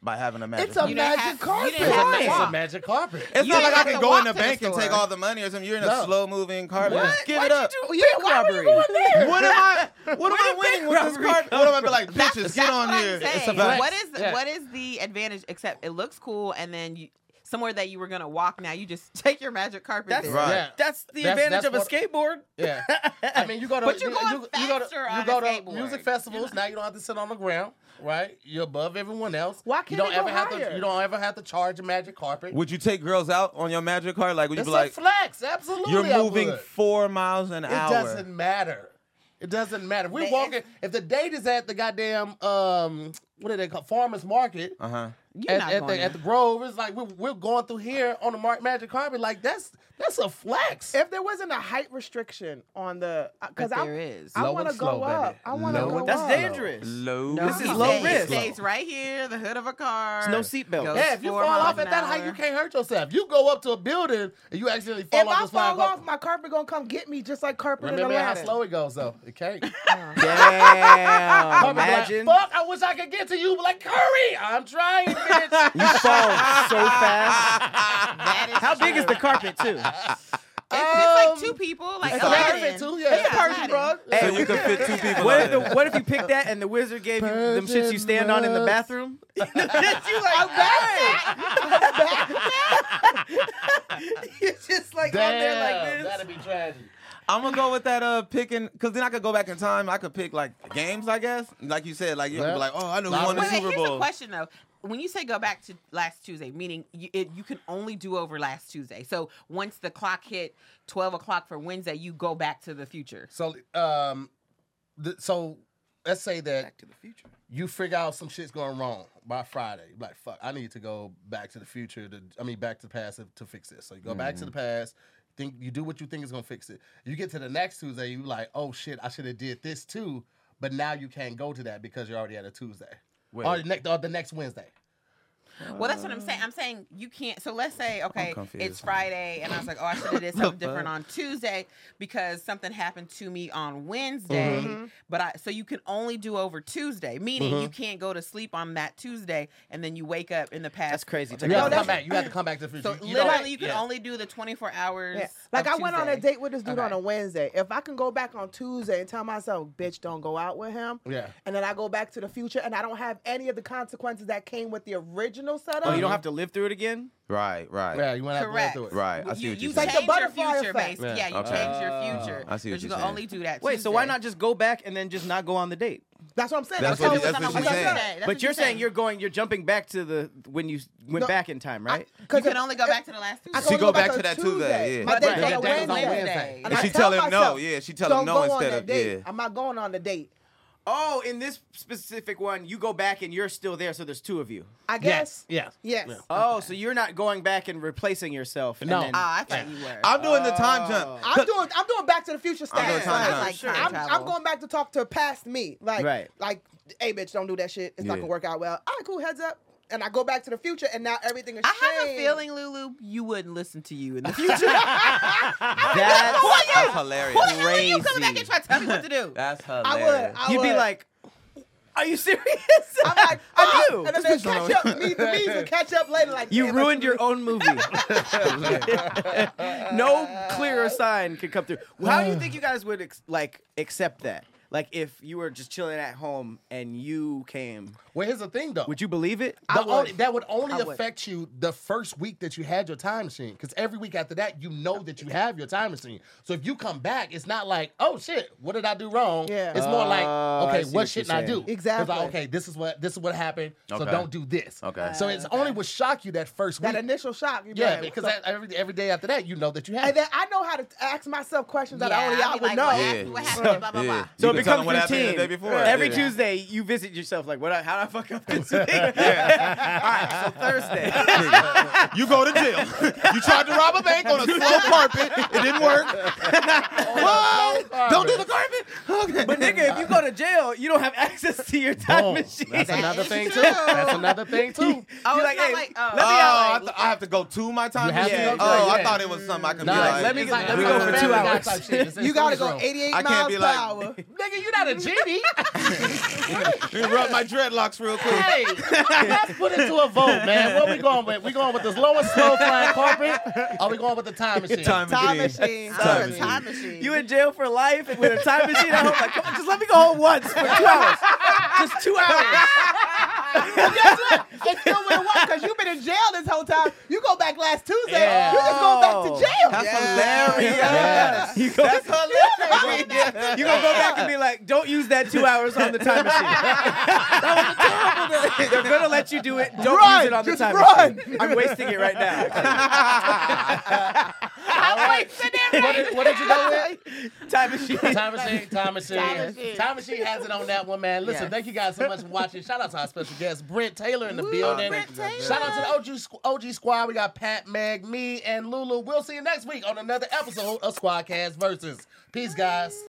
Speaker 2: by having a magic?
Speaker 6: It's a
Speaker 3: You
Speaker 2: carpet?
Speaker 3: didn't
Speaker 6: magic
Speaker 3: have- you
Speaker 6: carpet.
Speaker 3: didn't have to
Speaker 1: it's a
Speaker 3: walk.
Speaker 1: magic carpet?
Speaker 2: It's
Speaker 3: You
Speaker 2: not like
Speaker 3: didn't
Speaker 2: I
Speaker 3: have
Speaker 2: can
Speaker 3: to
Speaker 2: go in
Speaker 3: walk
Speaker 2: the
Speaker 3: to the
Speaker 2: bank and take
Speaker 3: store.
Speaker 2: all the money or something. You're in a
Speaker 1: No.
Speaker 2: slow moving carpet.
Speaker 1: What?
Speaker 2: Give
Speaker 4: Why'd
Speaker 2: it up.
Speaker 4: you do bank robbery?
Speaker 2: What am I? What am I
Speaker 3: did
Speaker 2: winning with
Speaker 3: bank
Speaker 2: this
Speaker 3: robbery
Speaker 2: carpet? What am I be like? Bitches, get
Speaker 3: [laughs] That's
Speaker 2: on
Speaker 3: what
Speaker 2: here.
Speaker 3: I'm
Speaker 2: It's a
Speaker 3: saying.
Speaker 2: black.
Speaker 3: What is
Speaker 1: Yeah.
Speaker 3: what is the advantage? Except it looks cool, and then you, somewhere that you were gonna walk, now you just [laughs] take your magic carpet.
Speaker 4: That's
Speaker 3: there.
Speaker 2: Right.
Speaker 1: Yeah.
Speaker 4: [laughs] that's the
Speaker 1: That's-
Speaker 4: advantage
Speaker 1: that's
Speaker 4: of a
Speaker 1: what-
Speaker 4: skateboard.
Speaker 1: Yeah. I mean, you go to
Speaker 3: But you're going
Speaker 1: go to-
Speaker 3: faster on
Speaker 1: you go
Speaker 3: a
Speaker 1: to
Speaker 3: skateboard.
Speaker 1: music festivals. Now you don't have to sit on the ground, right? You're above everyone else.
Speaker 6: Why
Speaker 1: you
Speaker 6: can't
Speaker 1: don't
Speaker 6: it go
Speaker 1: ever have
Speaker 6: higher?
Speaker 1: to? You don't ever have to charge a magic carpet.
Speaker 2: Would you take girls out on your magic card? Like, would you
Speaker 1: it's
Speaker 2: be like,
Speaker 1: a flex, absolutely.
Speaker 2: you're
Speaker 1: I
Speaker 2: moving
Speaker 1: would.
Speaker 2: four miles an
Speaker 1: It
Speaker 2: hour?
Speaker 1: doesn't matter. It doesn't matter. We're
Speaker 3: They-
Speaker 1: walking. If the date is at the goddamn um, what are they called? Farmers market
Speaker 2: Uh huh.
Speaker 3: You're
Speaker 1: at,
Speaker 3: not
Speaker 1: at
Speaker 3: going
Speaker 1: the, at the
Speaker 3: there.
Speaker 1: Grove. It's like we're, we're going through here on the Mark Magic Carpet. Like that's that's a flex.
Speaker 6: If there wasn't a height restriction on the, because
Speaker 3: But
Speaker 6: I,
Speaker 3: there is.
Speaker 6: I
Speaker 1: Low
Speaker 6: want to
Speaker 1: and
Speaker 6: go
Speaker 1: slow,
Speaker 6: up.
Speaker 1: baby.
Speaker 6: I want to
Speaker 1: Low
Speaker 6: go
Speaker 1: and
Speaker 4: That's
Speaker 1: Wow.
Speaker 6: up.
Speaker 4: dangerous.
Speaker 2: Low.
Speaker 3: No,
Speaker 4: This
Speaker 3: he
Speaker 4: is
Speaker 3: stays-
Speaker 4: low
Speaker 3: he
Speaker 4: risk.
Speaker 3: Stays right here, the hood of a car.
Speaker 4: There's no seatbelt.
Speaker 3: goes
Speaker 1: Yeah, if you
Speaker 3: four
Speaker 1: fall off
Speaker 3: miles
Speaker 1: at
Speaker 3: an
Speaker 1: that height,
Speaker 3: hour.
Speaker 1: you can't hurt yourself. You go up to a building and you accidentally fall
Speaker 6: If
Speaker 1: off
Speaker 6: I
Speaker 1: this fire
Speaker 6: fall off,
Speaker 1: carpet.
Speaker 6: my carpet gonna come get me just like carpet in
Speaker 1: Remember how
Speaker 6: Atlanta.
Speaker 1: slow it goes though. It
Speaker 6: [laughs]
Speaker 1: can't.
Speaker 4: Damn. [laughs]
Speaker 1: Carpet be like,
Speaker 4: Imagine
Speaker 1: Fuck! I wish I could get to you, but like, hurry! I'm trying, bitch.
Speaker 6: [laughs]
Speaker 4: you fall so fast.
Speaker 3: That is
Speaker 4: How big is the carpet too?
Speaker 3: It's, it's like two people. Like
Speaker 1: It's
Speaker 3: Aladdin.
Speaker 1: perfect too. Yeah,
Speaker 3: It's perfect, bro.
Speaker 2: So you can fit
Speaker 4: [laughs]
Speaker 2: two people.
Speaker 4: What
Speaker 2: in
Speaker 4: if the
Speaker 2: there.
Speaker 4: what if you pick that and the wizard gave you them shits you stand on in the bathroom? you like i
Speaker 6: [laughs] it's just like on there
Speaker 1: Damn,
Speaker 6: like this.
Speaker 1: that'd be tragic.
Speaker 2: I'm gonna go with that uh picking because then I could go back in time. I could pick like games, I guess. Like you said, like you could be like, oh, I know who won the
Speaker 1: Wait,
Speaker 3: Wait, wait,
Speaker 2: Super
Speaker 3: here's a
Speaker 2: Bowl.
Speaker 3: question though. When you say go back to last Tuesday, meaning you, it, you can only do over last Tuesday. So once the clock hit twelve o'clock for Wednesday, you go back to the future.
Speaker 1: So, um, th- so let's say that you figure out some shit's going wrong by Friday. Like, fuck, I need to go back to the future. To, I mean, back to the past to, to fix this. So you go back to the past. Think you do what you think is gonna fix it. You get to the next Tuesday, you like, oh shit, I should have did this too. But now you can't go to that because you're already at a Tuesday or the next or the next Wednesday.
Speaker 3: Well, that's what I'm saying. I'm saying you can't. So let's say, okay, it's
Speaker 2: confused.
Speaker 3: Friday, and I was like, oh, I should have did something different on Tuesday because something happened to me on Wednesday. But I, so you can only do over Tuesday, meaning you can't go to sleep on that Tuesday, and then you wake up in the past.
Speaker 4: That's crazy.
Speaker 1: You have to
Speaker 6: that's-
Speaker 1: come back. You have to come back to the future.
Speaker 3: So
Speaker 1: You- you don't-
Speaker 3: literally, you can
Speaker 1: yeah.
Speaker 3: only do the 24 hours.
Speaker 6: Yeah. Like
Speaker 3: of
Speaker 6: I went on a
Speaker 3: Tuesday.
Speaker 6: date with this dude on
Speaker 3: Okay.
Speaker 6: a Wednesday. If I can go back on Tuesday and tell myself, bitch, don't go out with him.
Speaker 1: Yeah.
Speaker 6: And then I go back to the future and I don't have any of the consequences that came with the original setup.
Speaker 4: Oh, you don't have to live through it again.
Speaker 2: Right, right,
Speaker 1: Yeah, you want to have to go
Speaker 3: Correct.
Speaker 1: through it.
Speaker 2: right. I see
Speaker 3: you,
Speaker 2: what you're
Speaker 3: you
Speaker 2: saying.
Speaker 6: Like the
Speaker 3: change your
Speaker 6: butterfly
Speaker 3: future
Speaker 6: effect.
Speaker 3: based. Yeah, you
Speaker 2: Okay.
Speaker 3: change your future.
Speaker 2: I see what
Speaker 3: but you
Speaker 2: you're
Speaker 3: can
Speaker 2: saying.
Speaker 3: only do that.
Speaker 4: Wait, so why
Speaker 3: Tuesday.
Speaker 4: not just go back and then just not go on the date?
Speaker 6: That's what I'm saying.
Speaker 2: That's
Speaker 6: That's
Speaker 2: what
Speaker 6: all-
Speaker 2: that's what
Speaker 6: that's
Speaker 2: she's
Speaker 6: all-
Speaker 2: saying.
Speaker 3: That's
Speaker 4: but
Speaker 3: what
Speaker 4: you're
Speaker 3: she's saying.
Speaker 4: saying you're going, you're jumping back to the when you s- went
Speaker 6: No,
Speaker 4: back in time, right?
Speaker 3: You can only go back to the last two.
Speaker 6: I
Speaker 2: She
Speaker 6: can
Speaker 3: days.
Speaker 2: go
Speaker 6: only
Speaker 2: back
Speaker 6: on
Speaker 2: to that Tuesday, yeah.
Speaker 6: My
Speaker 3: But
Speaker 6: date's
Speaker 3: that
Speaker 6: on
Speaker 3: day was on
Speaker 6: Wednesday.
Speaker 3: Wednesday.
Speaker 6: And
Speaker 2: And
Speaker 6: I
Speaker 2: she
Speaker 6: tell
Speaker 2: tell him no,
Speaker 6: myself,
Speaker 2: yeah, she tell him
Speaker 6: don't
Speaker 2: no
Speaker 6: go on
Speaker 2: instead
Speaker 6: that
Speaker 2: of-
Speaker 6: date.
Speaker 2: yeah.
Speaker 6: I'm not going on the date.
Speaker 4: Oh, in this specific one, you go back and you're still there, so there's two of you.
Speaker 6: I
Speaker 1: Yes.
Speaker 6: guess.
Speaker 1: Yes.
Speaker 6: Yes.
Speaker 1: Yeah.
Speaker 4: Oh, so you're not going back and replacing yourself. and
Speaker 1: No.
Speaker 4: then-
Speaker 3: Ah, I thought you were.
Speaker 2: I'm doing the
Speaker 4: Oh.
Speaker 2: time jump.
Speaker 6: I'm doing I'm doing back to the future
Speaker 2: I'm doing
Speaker 6: status.
Speaker 2: time
Speaker 6: Like,
Speaker 2: travel.
Speaker 6: like,
Speaker 3: Sure.
Speaker 6: I'm,
Speaker 3: Time
Speaker 6: I'm
Speaker 3: travel.
Speaker 6: going back to talk to past me. Like
Speaker 4: Right.
Speaker 6: like hey bitch, don't do that shit. It's not
Speaker 2: Yeah.
Speaker 6: gonna work out well. All right, cool, heads up. And I go back to the future and now everything is
Speaker 3: I have a
Speaker 6: changed.
Speaker 3: [laughs]
Speaker 6: [laughs]
Speaker 3: feeling, Lulu, you wouldn't listen to you in the future.
Speaker 4: That's
Speaker 2: [laughs] That's hilarious.
Speaker 3: Who the hell are you coming back and
Speaker 4: Crazy.
Speaker 3: trying to tell me what
Speaker 2: [laughs]
Speaker 3: to do?
Speaker 2: That's
Speaker 6: I would.
Speaker 2: hilarious.
Speaker 6: I
Speaker 4: You'd be
Speaker 6: would.
Speaker 4: like, "Are you serious? [laughs]
Speaker 6: I'm like, I
Speaker 4: do.
Speaker 6: do. And then they catch up. Me, the means will catch up later. Like
Speaker 4: you
Speaker 6: damn, I
Speaker 4: ruined
Speaker 6: should've-
Speaker 4: your own movie."
Speaker 2: [laughs]
Speaker 4: no clearer sign could come through. How do you think you guys would ex- like accept that? Like, if you were just chilling at home and you came,
Speaker 1: Well, here's the thing though.
Speaker 4: would you believe it?
Speaker 1: The only- that would only
Speaker 6: I would.
Speaker 1: affect you the first week that you had your time machine. Because every week after that, you know that you have your time machine. So if you come back, it's not like, oh shit, what did I do wrong?
Speaker 6: Yeah.
Speaker 1: It's more like,
Speaker 4: Oh, I
Speaker 1: okay,
Speaker 4: see
Speaker 1: what
Speaker 4: what
Speaker 1: shouldn't
Speaker 4: you're
Speaker 1: I do?
Speaker 4: saying.
Speaker 6: Exactly.
Speaker 1: It's like, okay, this is what this is what happened. So
Speaker 2: Okay.
Speaker 1: don't do this.
Speaker 2: Okay.
Speaker 1: So it's only would shock you that first week.
Speaker 6: that initial shock. you'd be
Speaker 1: yeah,
Speaker 6: like,
Speaker 1: because
Speaker 6: what the-
Speaker 1: that, every every day after that, you know that you have.
Speaker 6: and
Speaker 1: it.
Speaker 6: then I know how to ask myself questions that
Speaker 3: Yeah, I'd
Speaker 6: only
Speaker 3: be
Speaker 6: I would
Speaker 3: like,
Speaker 6: know.
Speaker 3: What happened? What happened? Blah blah
Speaker 2: Yeah.
Speaker 3: blah.
Speaker 4: So
Speaker 2: You can
Speaker 4: it
Speaker 2: tell
Speaker 4: becomes
Speaker 2: them what happened the
Speaker 4: routine.
Speaker 2: day before.
Speaker 4: Every
Speaker 2: Yeah.
Speaker 4: Tuesday, you visit yourself like, "What? I- How did I
Speaker 2: [laughs]
Speaker 4: fuck up this week?" [laughs] All right, so Thursday.
Speaker 2: You go to
Speaker 4: [laughs]
Speaker 2: jail. you tried to rob a bank on a slow carpet. It didn't work. what? Don't do the carpet.
Speaker 4: But nigga, if you go to jail, you don't have access to your time
Speaker 2: Oh,
Speaker 1: Boom.
Speaker 4: machine.
Speaker 1: That's
Speaker 3: That
Speaker 1: another
Speaker 3: is
Speaker 1: thing too.
Speaker 3: true.
Speaker 1: That's another thing too.
Speaker 3: Oh,
Speaker 4: You're
Speaker 3: it's
Speaker 4: like,
Speaker 3: not
Speaker 4: "Hey,
Speaker 3: like,
Speaker 4: let
Speaker 3: oh,
Speaker 4: me
Speaker 2: Oh,
Speaker 4: out."
Speaker 2: I, th- I have to go to my time.
Speaker 1: You have to
Speaker 2: machine?
Speaker 1: go to
Speaker 2: oh,
Speaker 1: jail,
Speaker 2: I
Speaker 1: yeah.
Speaker 2: thought it was something I could
Speaker 1: Nah,
Speaker 2: be
Speaker 4: like,
Speaker 2: like.
Speaker 4: let me
Speaker 1: it's
Speaker 4: get-
Speaker 1: like- it's
Speaker 4: let me go
Speaker 1: like
Speaker 4: for
Speaker 1: a
Speaker 4: two
Speaker 1: Family Guy
Speaker 4: hours.
Speaker 1: type shit. [laughs] It's-
Speaker 6: You
Speaker 1: it's
Speaker 6: gotta
Speaker 1: always
Speaker 6: go
Speaker 1: wrong.
Speaker 6: 88
Speaker 2: I can't
Speaker 6: miles
Speaker 2: be
Speaker 6: per
Speaker 2: like-
Speaker 6: hour.
Speaker 1: Nigga, you're not a
Speaker 3: [laughs]
Speaker 1: genie.
Speaker 2: Let me rub my dreadlocks real quick.
Speaker 1: Hey, let's put it to a vote, man. What we going with? We going with this lowest slow flying carpet? Are we going with the time machine?
Speaker 6: Time machine.
Speaker 2: Time
Speaker 6: Time
Speaker 2: machine.
Speaker 6: machine.
Speaker 4: You in jail for life and with a time machine at home. Like, come on, just let me go home once for two hours. Just two hours.
Speaker 1: It's still with
Speaker 6: even worse because you've been in jail this whole time. You go back last Tuesday.
Speaker 4: Yeah.
Speaker 6: You just go back
Speaker 4: Oh.
Speaker 6: to jail.
Speaker 2: That's
Speaker 4: Yeah.
Speaker 2: hilarious.
Speaker 1: Yes.
Speaker 4: You go,
Speaker 2: That's hilarious.
Speaker 4: you gonna go back and be like, don't use that two hours on the time machine. [laughs] that was a terrible day. They're gonna let you do it. Don't use it on the
Speaker 6: Just
Speaker 4: time
Speaker 6: run.
Speaker 4: machine. I'm wasting it right now.
Speaker 1: What did, what did you go with?
Speaker 4: time machine.
Speaker 1: Time machine, time machine.
Speaker 5: Time machine.
Speaker 1: Time machine has it on that one, man. Listen,
Speaker 3: Yes.
Speaker 1: thank you guys so much for watching. Shout out to our special guest, Brent Taylor in the building.
Speaker 5: Brent Taylor.
Speaker 1: Shout out to the OG, squ- OG squad. We got Pat, Meg, me, and Lulu. We'll see you next week on another episode of Squadcast Versus. Peace, guys.